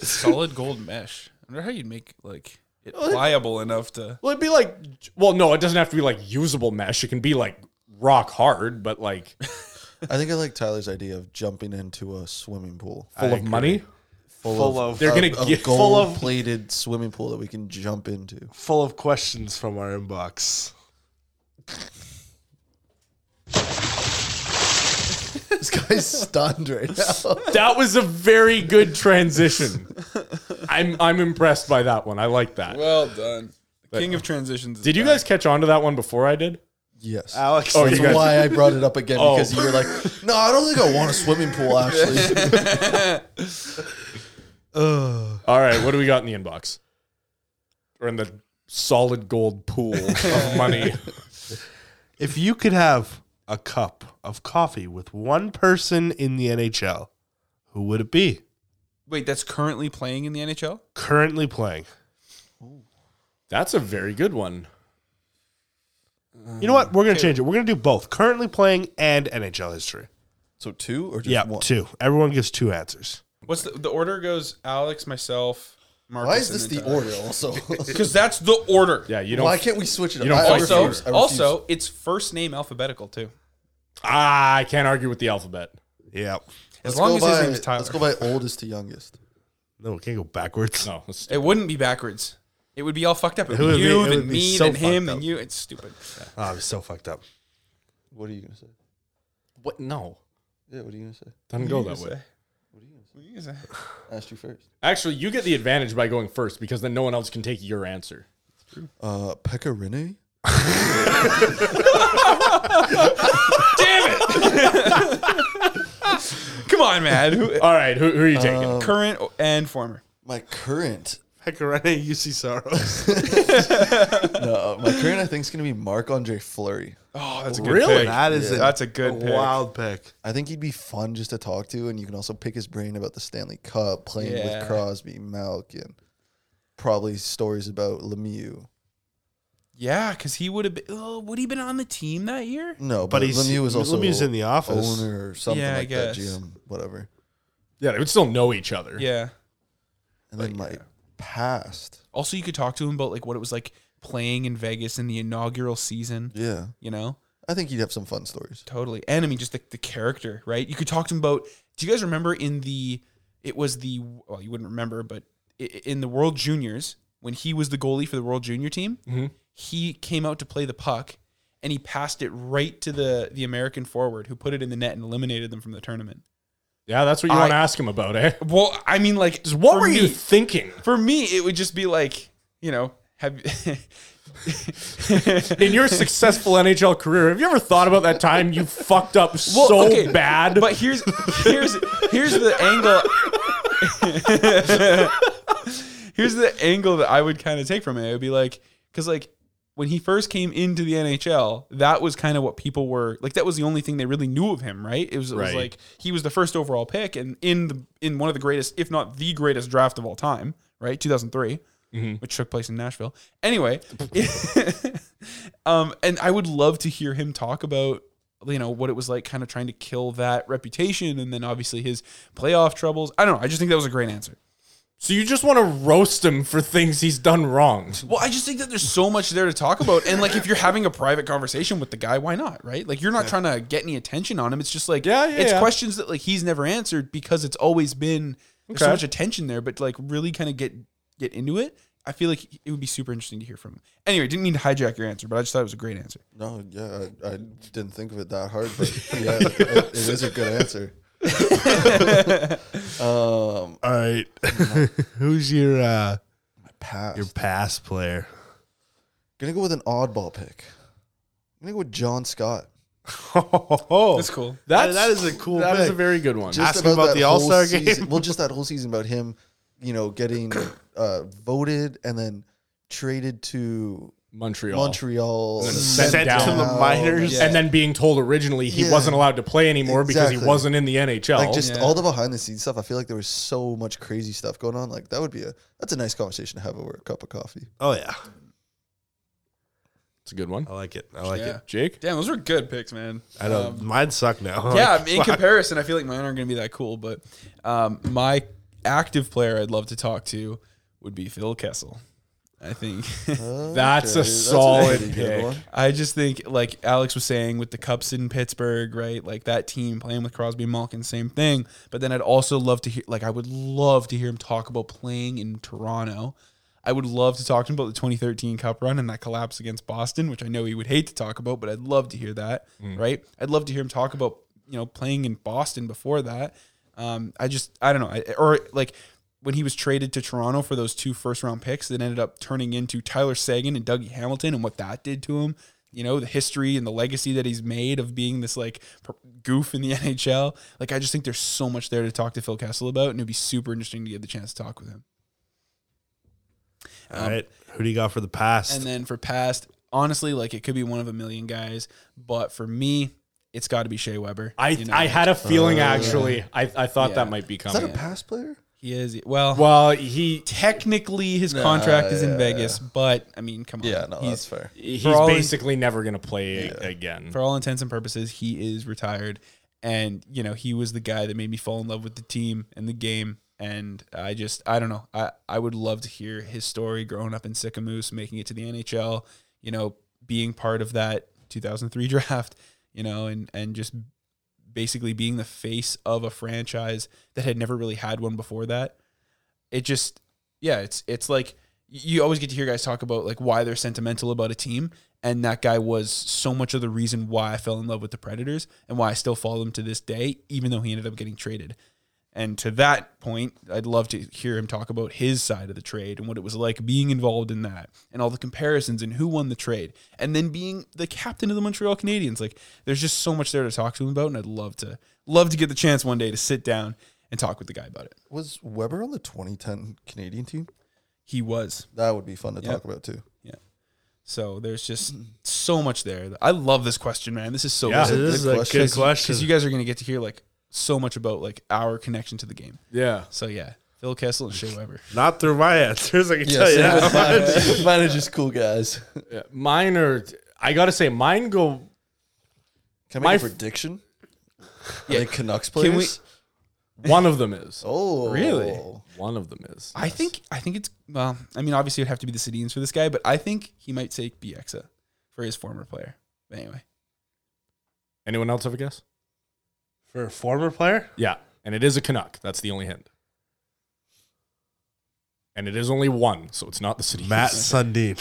Solid gold mesh. I wonder how you'd make like it pliable enough to.
Well, it'd be like well, no, it doesn't have to be like usable mesh. It can be like rock hard, but like
I think I like Tyler's idea of jumping into a swimming pool
full of money.
full,
Full
of,
of- uh,
They're gonna
a,
get
full of-
gold-plated swimming pool that we can jump into.
Full of questions from our inbox.
This guy's stunned right now.
That was a very good transition. I'm I'm impressed by that one. I like that.
Well done. The king of transitions. Is
Did you
back.
guys catch on to that one before I did?
Yes.
Alex,
Oh,
That's
you guys-
why I brought it up again
Oh.
because you were like, "No, I don't think I want a swimming pool." Actually,
All right, what do we got in the inbox? Or in the solid gold pool of money.
if you could have a cup of coffee with one person in the NHL, who would it be?
Wait, that's currently playing in the NHL.
Currently playing.
That's a very good one.
You know what? We're gonna change it. We're gonna do both. Currently playing and NHL history.
so two or just
Yeah,
one?
two. Everyone gives two answers.
What's the, the order? Goes Alex, myself, Marcus.
Why is this the order? Also,
Because that's the order.
Yeah, you don't.
why can't we switch it?
you don't
up? I
fight
Also,
refuse. I refuse.
also, it's first name alphabetical too.
ah, I can't argue with the alphabet.
Yeah.
As
Let's
long
go
as his
by-
name's Tyler,
Let's go by oldest to youngest.
No, we can't go backwards.
No, let's-
it wouldn't be backwards. It would be all fucked up. It
It
would
would
be
be-
you,
it
then
would be
me,
so
then him, then
fucked up.
you. It's stupid.
Oh, I'm so fucked up.
What are you gonna say?
what? No,
Yeah, what are you gonna say?
doesn't go that way.
I asked you first.
Actually, you get the advantage by going first because then no one else can take your answer.
Uh, Pekka Rinne.
Come on, man. Who,
All right, who, who are you taking?
current and former.
My current,
Pecorino, UC Soros.
no, my current, I think is going to be Marc Andre Fleury.
Oh, that's a good
Really?
pick.
That is a,
That's a good pick.
wild pick.
I think he'd be fun just to talk to, and you can also pick his brain about the Stanley Cup, playing
Yeah.
with Crosby, Malkin, probably stories about Lemieux.
Yeah, because he would have been. Oh, would he been on the team that year?
No,
But
but,
he's-
Lemieux was also
Lemieux's in the office.
owner or something
Yeah, I
like that,
guess.
GM, whatever.
Yeah, they would still know each other.
Yeah.
And then my past,
Also, you could talk to him about like what it was like playing in Vegas in the inaugural season.
yeah,
You know,
I think he'd have some fun stories.
totally. And I mean, just the, the character, right? You could talk to him about. Do you guys remember in the? It was the. Well, you wouldn't remember, but i- i- in the World Juniors when he was the goalie for the World Junior team, he came out to play the puck. And he passed it right to the the American forward, who put it in the net and eliminated them from the tournament.
Yeah, that's what you want to
I-
ask him about, eh?
Well, I mean, like,
What
for
were you
me-
thinking?
for me, it would just be like, you know, have
In your successful NHL career, have you ever thought about that time you fucked up
Well,
so
okay,
bad?
But here's here's here's the angle. here's the angle that I would kind of take from it. It would be like, because like when he first came into the NHL, that was kind of what people were like. That was the only thing they really knew of him, right? It was, it was
Right.
like he was the first overall pick, and in the in one of the greatest, if not the greatest draft of all time, right? Two thousand three. Which took place in Nashville. Anyway, um, and I would love to hear him talk about you know what it was like, kind of trying to kill that reputation, and then obviously his playoff troubles. I don't know. I just think that was a great answer.
so you just want to roast him for things he's done wrong.
Well, I just think that there's so much there to talk about. And like, if you're having a private conversation with the guy, why not? Right? Like, you're not trying to get any attention on him. It's just like,
Yeah, yeah,
it's
yeah.
questions that like he's never answered because it's always been there's so
Okay.
much attention there. But like, really kind of get get into it. I feel like it would be super interesting to hear from him. Anyway, didn't mean to hijack your answer, but I just thought it was a great answer.
No, yeah, I, I didn't think of it that hard, but yeah, it, it is a good answer. um,
All right. Who's your uh,
past.
your pass player?
gonna go with an oddball pick. I'm gonna go with John Scott.
Oh,
That's cool.
That's,
That is a cool
That is
pick.
a very good one.
Ask him about
that
the
whole
All-Star game.
season- Well, just that whole season about him, you know, getting uh, voted and then traded to
Montreal.
Montreal,
And then
sent
sent down.
to the
down,
minors.
Yeah.
And then being told originally he
Yeah.
wasn't allowed to play anymore because he
Exactly.
wasn't in the NHL.
Like just
Yeah.
all the behind the scenes stuff. I feel like there was so much crazy stuff going on. Like that would be a that's a nice conversation to have over a cup of coffee.
Oh yeah,
it's a good one.
I like it. I like
Yeah.
it.
Jake?
Damn, those were good picks, man.
I know
Um,
mine suck now.
yeah, I mean, in comparison, I feel like mine aren't going to be that cool. But um, my active player I'd love to talk to would be Phil Kessel. I think.
Oh. That's a
Okay,
solid
pretty good
pick.
one.
I just think, like Alex was saying, with the Cups in Pittsburgh, right? Like that team playing with Crosby and Malkin, same thing. But then I'd also love to hear, like, I would love to hear him talk about playing in Toronto. I would love to talk to him about the 2013 Cup run and that collapse against Boston, which I know he would hate to talk about, but I'd love to hear that, right? I'd love to hear him talk about, you know, playing in Boston before that. Um, I just, I don't know. I, or like, when he was traded to Toronto for those two first round picks that ended up turning into Tyler Sagan and Dougie Hamilton and what that did to him. You know, the history and the legacy that he's made of being this like per- goof in the NHL. Like, I just think there's so much there to talk to Phil Kessel about, and it'd be super interesting to get the chance to talk with him.
All right. Who do you got for the past?
And then for past, honestly, like it could be one of a million guys, but for me, it's got to be Shea Weber.
I,
You know,
I had a feeling actually. I, I thought
Yeah.
that might be
Is that
coming.
a pass player?
he is well.
well, he
technically, his contract is in
yeah,
Vegas, but I mean, come on,
Yeah, no,
he's-
that's fair.
he's
For all in-
basically never going to play again.
for all intents and purposes, he is retired. And you know, he was the guy that made me fall in love with the team and the game. And I just, I don't know. I, I would love to hear his story growing up in Sycamoose, making it to the NHL. You know, being part of that 2003 draft. You know, and and just basically being the face of a franchise that had never really had one before that. It just yeah, it's it's like you always get to hear guys talk about like why they're sentimental about a team and that guy was so much of the reason why I fell in love with the Predators and why I still follow them to this day even though he ended up getting traded. And to that point, I'd love to hear him talk about his side of the trade and what it was like being involved in that and all the comparisons and who won the trade and then being the captain of the Montreal Canadiens. Like there's just so much there to talk to him about and I'd love to love to get the chance one day to sit down and talk with the guy about it.
Was Weber on the 2010 Canadian team?
He was.
That would be fun to
Yep.
talk about too.
So there's just so much there. I love this question, man. This is so
Yeah,
yeah,
this is
good
a
question.
good question.
because you guys are going to get to hear like so much about like our connection to the game.
Yeah.
So yeah, Phil Kessel and Shea Weber.
Not through my answers, I can
Yeah,
tell you.
same
that.
with mine. Mine are just cool guys.
Mine are, I got to say, mine go
Can
My
I make a
f-
prediction? Yeah, like Canucks players.
Can we-
One of them is.
Oh,
Really?
One of them is.
I think I think it's well. I mean, obviously it'd have to be the Sedins for this guy, but I think he might take Bieksa for his former player. But anyway,
Anyone else have a guess?
For a former player?
Yeah. And it is a Canuck. That's the only hint. And it is only one, so it's not the city.
Matt Sundin.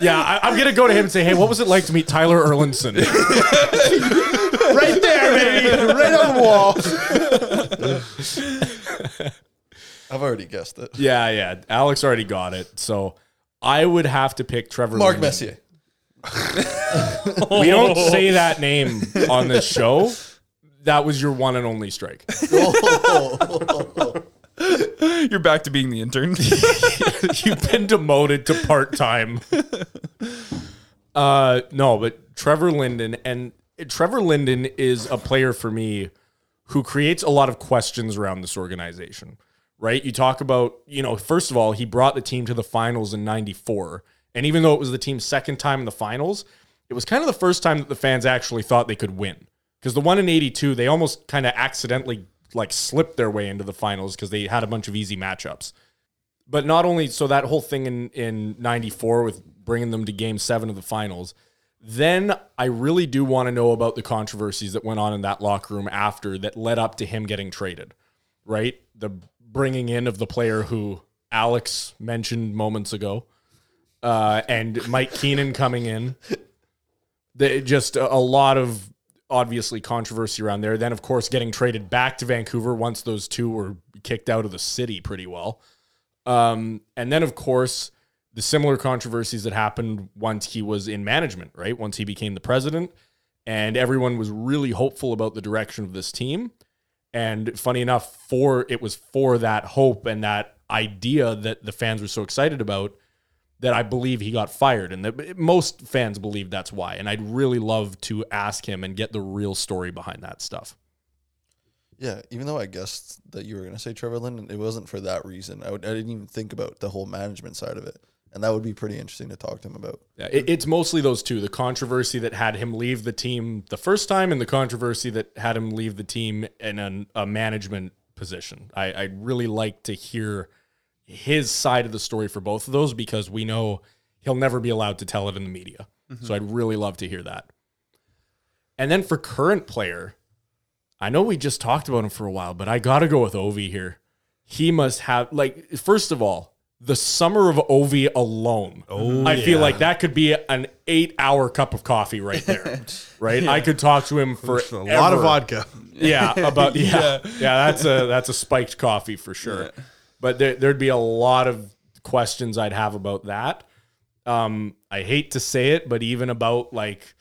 Yeah, I, I'm gonna go to him and say, "Hey, what was it like to meet Tyler Erlinson?"
right there, baby. Right on the wall.
I've already guessed it.
yeah, yeah. Alex already got it, so I would have to pick Trevor.
Mark
Lehman.
Messier.
We don't say that name on this show. That was your one and only strike.
you're back to being the intern.
You've been demoted to part time. Uh, no, but Trevor Linden and Trevor Linden is a player for me who creates a lot of questions around this organization. Right? You talk about, you know, first of all, he brought the team to the finals in 94. And even though it was the team's second time in the finals, it was kind of the first time that the fans actually thought they could win. Because the one in 82, they almost kind of accidentally like slipped their way into the finals because they had a bunch of easy matchups but not only so that whole thing in in 94 with bringing them to game 7 of the finals then i really do want to know about the controversies that went on in that locker room after that led up to him getting traded right the bringing in of the player who alex mentioned moments ago uh, and mike keenan coming in the, just a, a lot of obviously controversy around there then of course getting traded back to vancouver once those two were kicked out of the city pretty well um, and then, of course, the similar controversies that happened once he was in management, right? Once he became the president, and everyone was really hopeful about the direction of this team. And funny enough, for it was for that hope and that idea that the fans were so excited about that I believe he got fired, and that most fans believe that's why. And I'd really love to ask him and get the real story behind that stuff.
Yeah, even though I guessed that you were gonna say Trevor Linden, it wasn't for that reason. I, would, I didn't even think about the whole management side of it, and that would be pretty interesting to talk to him about.
Yeah, it, it's mostly those two: the controversy that had him leave the team the first time, and the controversy that had him leave the team in an, a management position. I, I'd really like to hear his side of the story for both of those because we know he'll never be allowed to tell it in the media. So I'd really love to hear that. And then for current player, I know we just talked about him for a while, but I got to go with Ovi here. He must have like first of all, the summer of Ovi alone.
Oh,
I feel like that could be an 8-hour cup of coffee right there. right? I could talk to him for
A lot of vodka.
yeah, about yeah, yeah. that's a that's a spiked coffee for sure. But there, there'd be a lot of questions I'd have about that. Um, I hate to say it, but even about like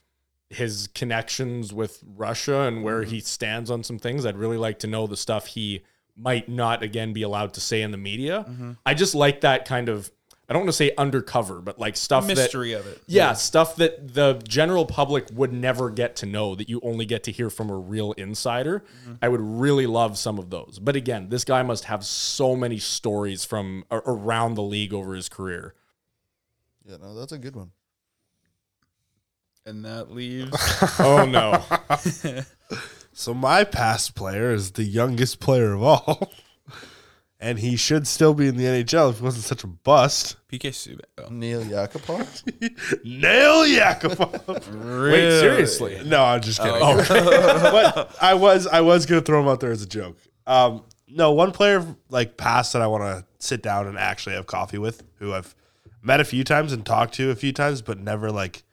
his connections with Russia and where he stands on some things, I'd really like to know the stuff he might not again be allowed to say in the media. I just like that kind of. I don't want to say undercover, but like stuff that-
Mystery of it.
yeah, stuff that the general public would never get to know that you only get to hear from a real insider. I would really love some of those. But again, this guy must have so many stories from a- around the league over his career.
Yeah, no, that's a good one.
And that leaves
Oh no.
So my past player is the youngest player of all. And he should still be in the NHL if he wasn't such a bust.
PK Subban. Oh,
Neil Yakupov.
Nail Yakupov.
Wait, seriously.
no, I'm just kidding. but I was I was gonna throw him out there as a joke. Um, no, one player like past that I want to sit down and actually have coffee with, who I've met a few times and talked to a few times, but never like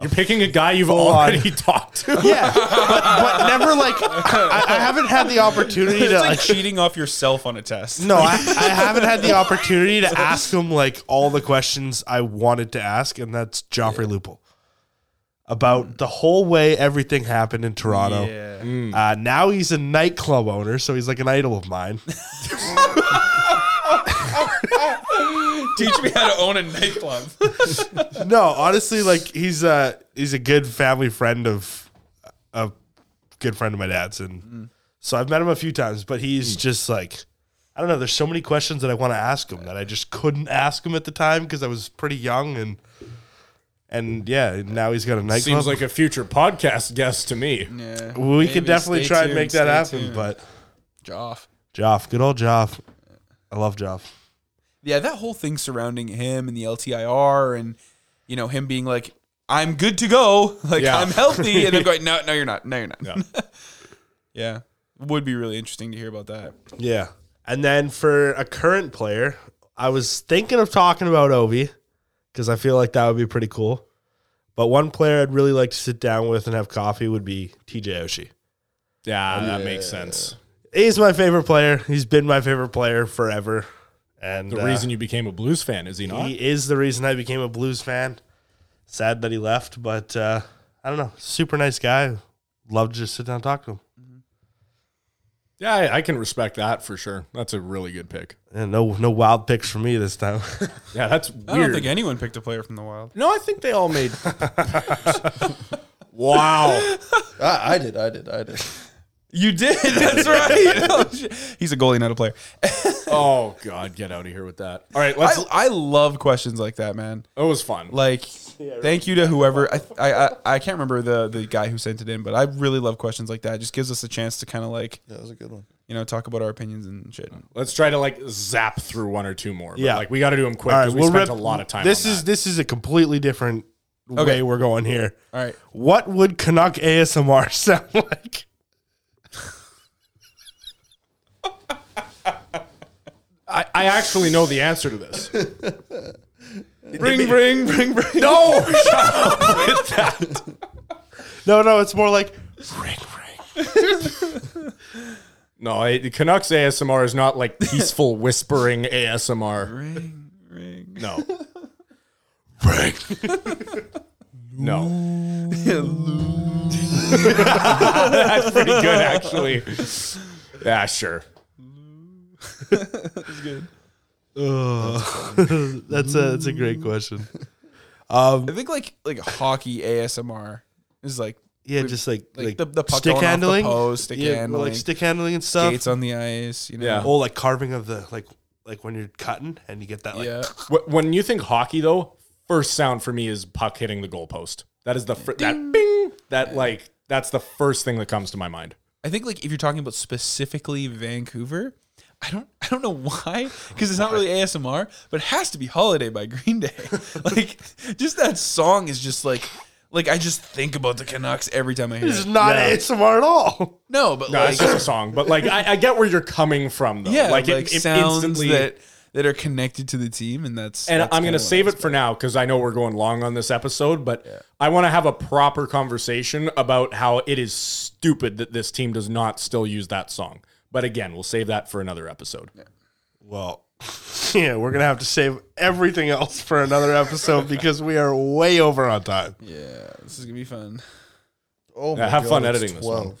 You're picking a guy you've
Full on.
already talked to.
Yeah, but, but never like I, I haven't had the opportunity
It's
to
like
like
cheating off yourself on a test.
no, I, I haven't had the opportunity to ask him like all the questions I wanted to ask, and that's Joffrey Lupul about the whole way everything happened in Toronto.
Yeah.
Uh, now he's a nightclub owner, so he's like an idol of mine.
Teach me how to own a nightclub.
no, honestly, like he's a he's a good family friend of a good friend of my dad's, and so I've met him a few times. But he's
Hmm.
just like I don't know. There's so many questions that I want to ask him that I just couldn't ask him at the time because I was pretty young and and yeah. Now he's got a nightclub.
Seems like a future podcast guest to me.
yeah.
we could definitely try and make that happen. But
Joff.
Joff, good old Joff, I love Joff.
Yeah, that whole thing surrounding him and the LTIR and you know him being like, "I'm good to go, like
Yeah.
I'm healthy," and then going, "No, no, you're not. No, you're not." Yeah. would be really interesting to hear about that.
Yeah. And then for a current player, I was thinking of talking about Ovi because I feel like that would be pretty cool. But one player I'd really like to sit down with and have coffee would be TJ Oshie.
Yeah, that makes sense.
He's my favorite player. He's been my favorite player forever. And
The
uh,
reason you became a blues fan, is he not?
he is the reason I became a Blues fan. Sad that he left, but uh, I don't know. Super nice guy. Love to just sit down and talk to him.
yeah, I, I can respect that for sure. That's a really good pick.
And no, no wild picks for me this time.
Yeah, that's
I
weird.
don't think anyone picked a player from the Wild.
no, I think they all made. wow.
Ah, I, I did, I did, I did.
You did. That's right. Oh, shit. He's a goalie, not a player.
Oh God, get out of here with that. All right, let's.
I, I love questions like that, man.
it was fun.
Like, thank you to whoever I, I I I can't remember the the guy who sent it in, but I really love questions like that. It just gives us a chance to kind of like
That was a good one.
you know talk about our opinions and shit.
Let's try to like zap through one or two more. But,
Yeah.
like we got to do them quick
All right,
because we
we'll
spent
rip-
a lot of time.
This
on
is
that.
this is a completely different
Okay.
way we're going here.
All right.
What would Canuck ASMR sound like?
I, I actually know the answer to this.
Bring, bring, bring, bring.
no,
No, no, it's more like ring, ring.
no. It, Canucks ASMR is not like peaceful whispering ASMR.
Ring, ring.
No. No. That's pretty good, actually. Yeah, sure.
Ugh. that's a that's a great question.
I think like like hockey ASMR is like
Yeah, just like
like,
like,
the, the puck
stick
going
handling,
off the post, stick
yeah,
handling,
like stick handling and stuff.
skates on the ice. You know,
Uh, Yeah.
Oh, like carving of the like like when you're cutting and you get that like
yeah.
Wh- When you think hockey, though, first sound for me is puck hitting the goalpost. That is the fir- that bing that like that's the first thing that comes to my mind.
I think like if you're talking about specifically Vancouver, I don't I don't know why because it's not really ASMR, but it has to be Holiday by Green Day. like just that song is just like like I just think about the Canucks every time I hear
This is
it.
not ASMR at all.
No, but
No,
like
it's just a song, but like I, I get where you're coming from though.
yeah, like,
it- it
sounds
instantly-
that that are connected to the team, and that's
and
that's
I'm
kinda
going to
what
save
was-
it for now because I know we're going long on this episode, but I want to have a proper conversation about how it is stupid that this team does not still use that song. But again, we'll save that for another episode.
Well, yeah, we're gonna have to save everything else for another episode because we are way over on time.
Yeah, this is gonna be fun.
Oh
Yeah,
my
have
God,
fun
it's
editing this one.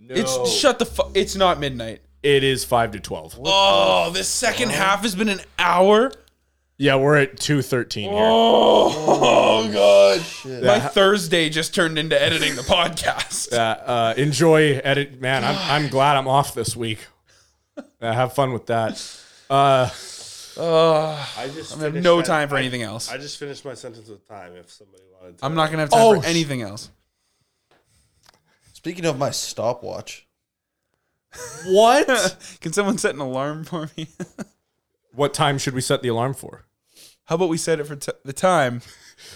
It's shut the fuck. It's not midnight.
It is 5 to 12.
Oh, this second half has been an hour.
Yeah, we're at 213 here.
Oh, god! My Thursday just turned into editing the podcast.
Uh, uh, enjoy edit. Man, I'm, I'm glad I'm off this week. Uh, have fun with that. Uh,
I just
I have no time for anything else.
I just finished my sentence with time. If somebody wanted to,
I'm not gonna have time
Oh,
for
sh-
anything else.
Speaking of my stopwatch,
what?
Can someone set an alarm for me?
what time should we set the alarm for?
How about we set it for t- the time?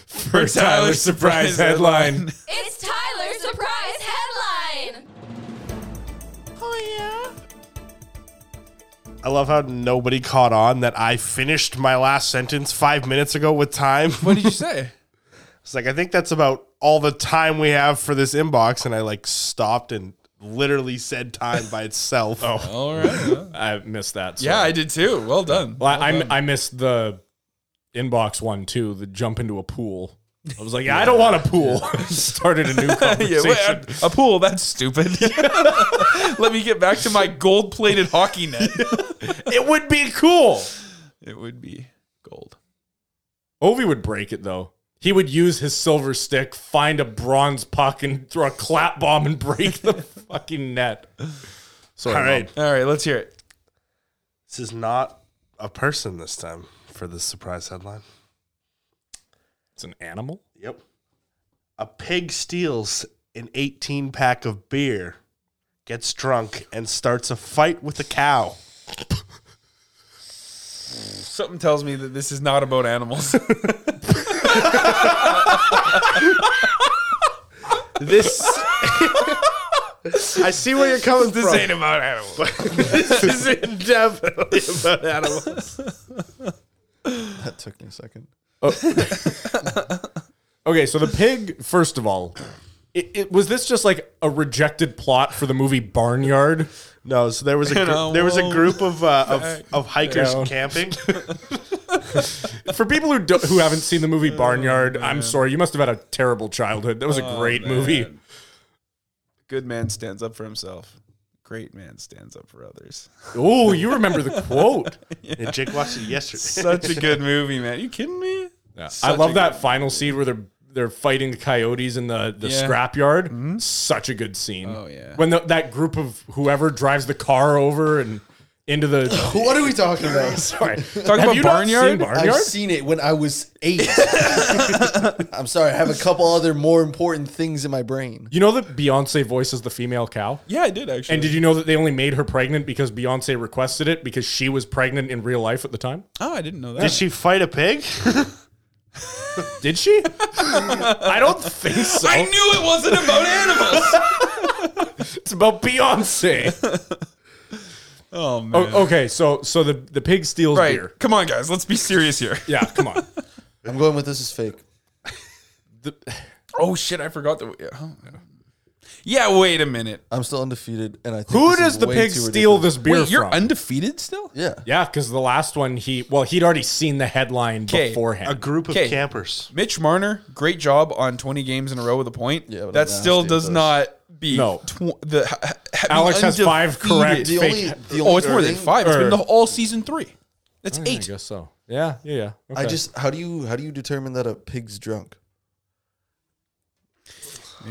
For Tyler's surprise headline.
It's Tyler's surprise headline.
I love how nobody caught on that I finished my last sentence five minutes ago with time.
What did you say?
It's like I think that's about all the time we have for this inbox, and I like stopped and literally said time by itself. oh,
All right. yeah.
I missed that. so-
Yeah, I did too. Well done.
Well, I, I, I missed the inbox one too. The jump into a pool. I was like, I don't want a pool. Started a new
Yeah,
conversation.
wait, a a pool. That's stupid. Let me get back to my gold-plated hockey net.
it would be cool.
It would be gold.
Ovi would break it though. He would use his silver stick, find a bronze puck, and throw a clap bomb and break the fucking net. Sorry,
all
Mom.
right.
All right, let's hear it.
This is not a person this time for this surprise headline.
It's an animal.
Yep. A pig steals an 18 pack of beer, gets drunk, and starts a fight with a cow.
Something tells me that this is not about animals.
This. I see where you're coming
this
from.
ain't about animals.
this is definitely about animals.
That took me a second.
Okay, so the pig. First of all, it, it was this just like a rejected plot for the movie Barnyard.
No, so there was a
You
gr-
know,
there was a
well,
group of uh, of, of hikers
down.
camping.
For people who don't, who haven't seen the movie Barnyard,
Oh,
I'm sorry, you must have had a terrible childhood. That was a great movie.
Good man stands up for himself. Great man stands up for others.
Oh, you remember the quote?
And Jake watched it yesterday.
Such a good movie, man. You kidding me?
I
Such a
love
good-
that final scene where they're they're fighting the coyotes in the the
Yeah. Mm-hmm.
scrapyard. Such a good scene.
Oh, yeah.
when the, that group of whoever drives the car over and into the
What are we talking about?
sorry,
Talking about Barnyard?
I've seen it when I was eight. I'm sorry, I have a couple other more important things in my brain.
you know that Beyonce voices the female cow.
Yeah, I did actually.
And did you know that they only made her pregnant because Beyonce requested it because she was pregnant in real life at the time?
Oh, I didn't know that.
Did she fight a pig?
Did she? I don't think so.
I knew it wasn't about animals.
It's about Beyonce.
oh man.
O- okay, so so the the pig steals
right.
beer.
Come on, guys. Let's be serious here.
Yeah, come on.
I'm going with this is fake.
Oh shit! I forgot that. We, oh, yeah. yeah. Wait a minute.
I'm still undefeated, and I think
Who
this is
does the
way
pig
too
steal
ridiculous.
this beer
Wait, you're
from?
undefeated still?
Yeah,
Yeah, because the last one he well he'd already seen the headline
'Kay.
beforehand.
A group of
Okay.
campers.
Mitch Marner, great job on 20 games in a row with a point.
Yeah, but
that
I'm
still
nasty at
does
those.
not be
No.
Tw- the ha- ha- ha- being
Alex has five
undefeated.
correct Er.
The
fake.
only, the only
Oh, it's more than
thing-
five. It's been
or-
the all season three. That's
I
eight.
guess so. Yeah, yeah, yeah.
I
Okay.
just how do you how do you determine that a pig's drunk?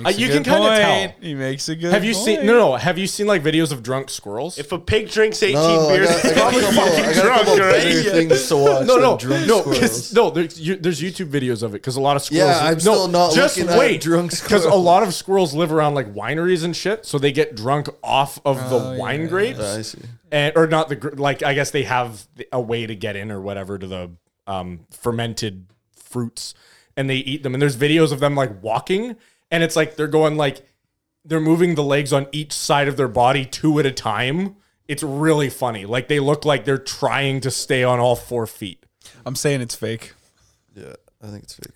Uh, you can kind of tell.
He makes a good.
Have you seen no no? Have you seen like videos of drunk squirrels?
If a pig drinks 18
No, I
beers,
got, I got a
it's
couple, I
fucking
got a
drunk,
couple
right?
better things to watch.
no, no,
than drunk
no, 'cause-
squirrels.
no. There's, you, there's YouTube videos of it because a lot of squirrels.
Yeah, I'm
no,
still not looking at drunk
because a
squirrels.
lot of squirrels live around like wineries and shit, so they get drunk off of the wine grapes.
Oh, Yeah, I see.
and or not the gr- like i guess they have a way to get in or whatever to the um fermented fruits and they eat them and there's videos of them like walking and it's like they're going like they're moving the legs on each side of their body two at a time it's really funny like they look like they're trying to stay on all four feet
I'm saying it's fake.
Yeah, I think it's fake.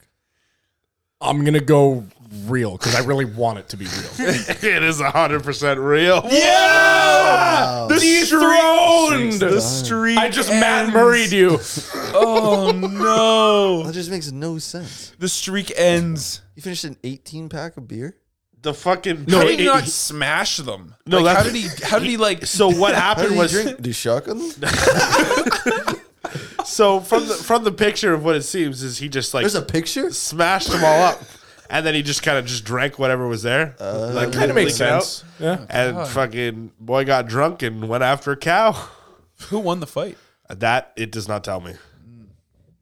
i'm gonna go real because i really want it to be real
It is 100% real.
yeah the dethroned the street i just matt murrayed you
Oh no!
That just makes no sense.
The streak ends.
You finished an 18 pack of beer.
The fucking
No,
No,
how did he
it-
not
he-
smash them?
No,
like, how
that's-
did he? How did he like?
So what
How do
happened
you
was
drink? Do you shotgun them?
so from the from the picture of what it seems is he just like
There's a picture.
smashed them all up, and then he just kind of just drank whatever was there. like
kind of makes
leaked out.
sense yeah
and fucking boy got drunk and went after a cow.
Who won the fight?
That it does not tell me.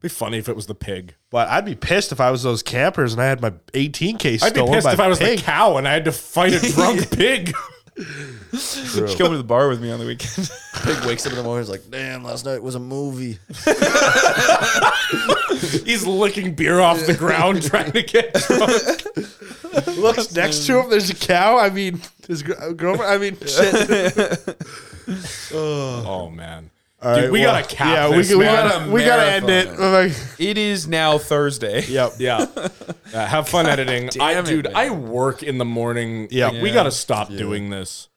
be funny if it was the pig
But I'd be pissed if I was those campers and I had my 18 case
I'd be
stolen
pissed
by
if I was
pig.
the cow and I had to fight a drunk pig.
Just come to the bar with me on the weekend.
Pig wakes up in the morning. He's like, "Damn, last night was a movie."
He's licking beer off the ground trying to get drunk.
Looks next to him. There's a cow. I mean, his gr- girlfriend. I mean, shit.
Oh man.
All
Dude, we
well,
gotta cap
Yeah,
this,
we, we
man.
gotta we gotta end it.
It is now Thursday.
yep.
Yeah. Yeah, have fun editing. I,
damn it,
dude,
man.
I work in the morning.
Yeah.
Like, We
Yeah.
got to stop doing this.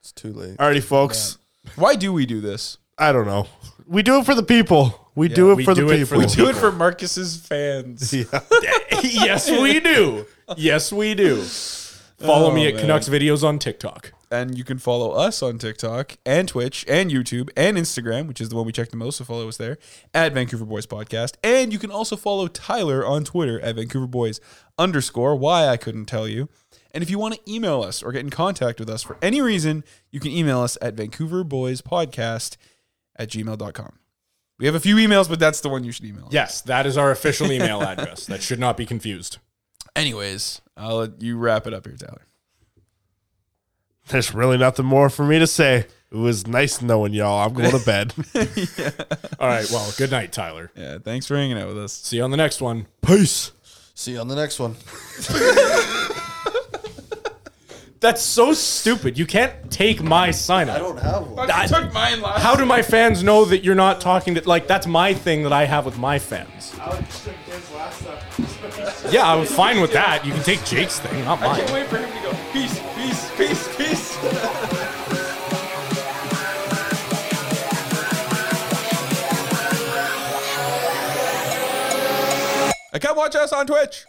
It's too late.
Alrighty, folks.
Why do we do this?
I don't know. We do it for the people. We do it
we
for the
do it for
people.
We
the
do it for Marcus's fans.
yes, we do. Yes, we do. Follow me
Oh,
at
man.
Canucks Videos on TikTok.
And you can follow us on TikTok and Twitch and YouTube and Instagram, which is the one we check the most. So follow us there at Vancouver Boys Podcast. And you can also follow Tyler on Twitter at Vancouver Boys underscore why I couldn't tell you. And if you want to email us or get in contact with us for any reason, you can email us at Vancouver Boys Podcast at gmail.com. We have a few emails, but that's the one you should email.
Yes, that is our official email address. That should not be confused.
Anyways, I'll let you wrap it up here, Tyler.
There's really nothing more for me to say. It was nice knowing y'all. I'm going to bed.
All right. Well, good night, Tyler.
Yeah, thanks for hanging out with us.
See you on the next one.
Peace.
See you on the next one.
That's so stupid. You can't take my sign up.
I don't have one.
I- How do my fans know that you're not talking to like that's my thing that I have with my fans? Yeah, I'm fine with that. You can take Jake's thing, not mine.
wait for him to go. Peace, peace, peace, peace. I can't watch us on Twitch.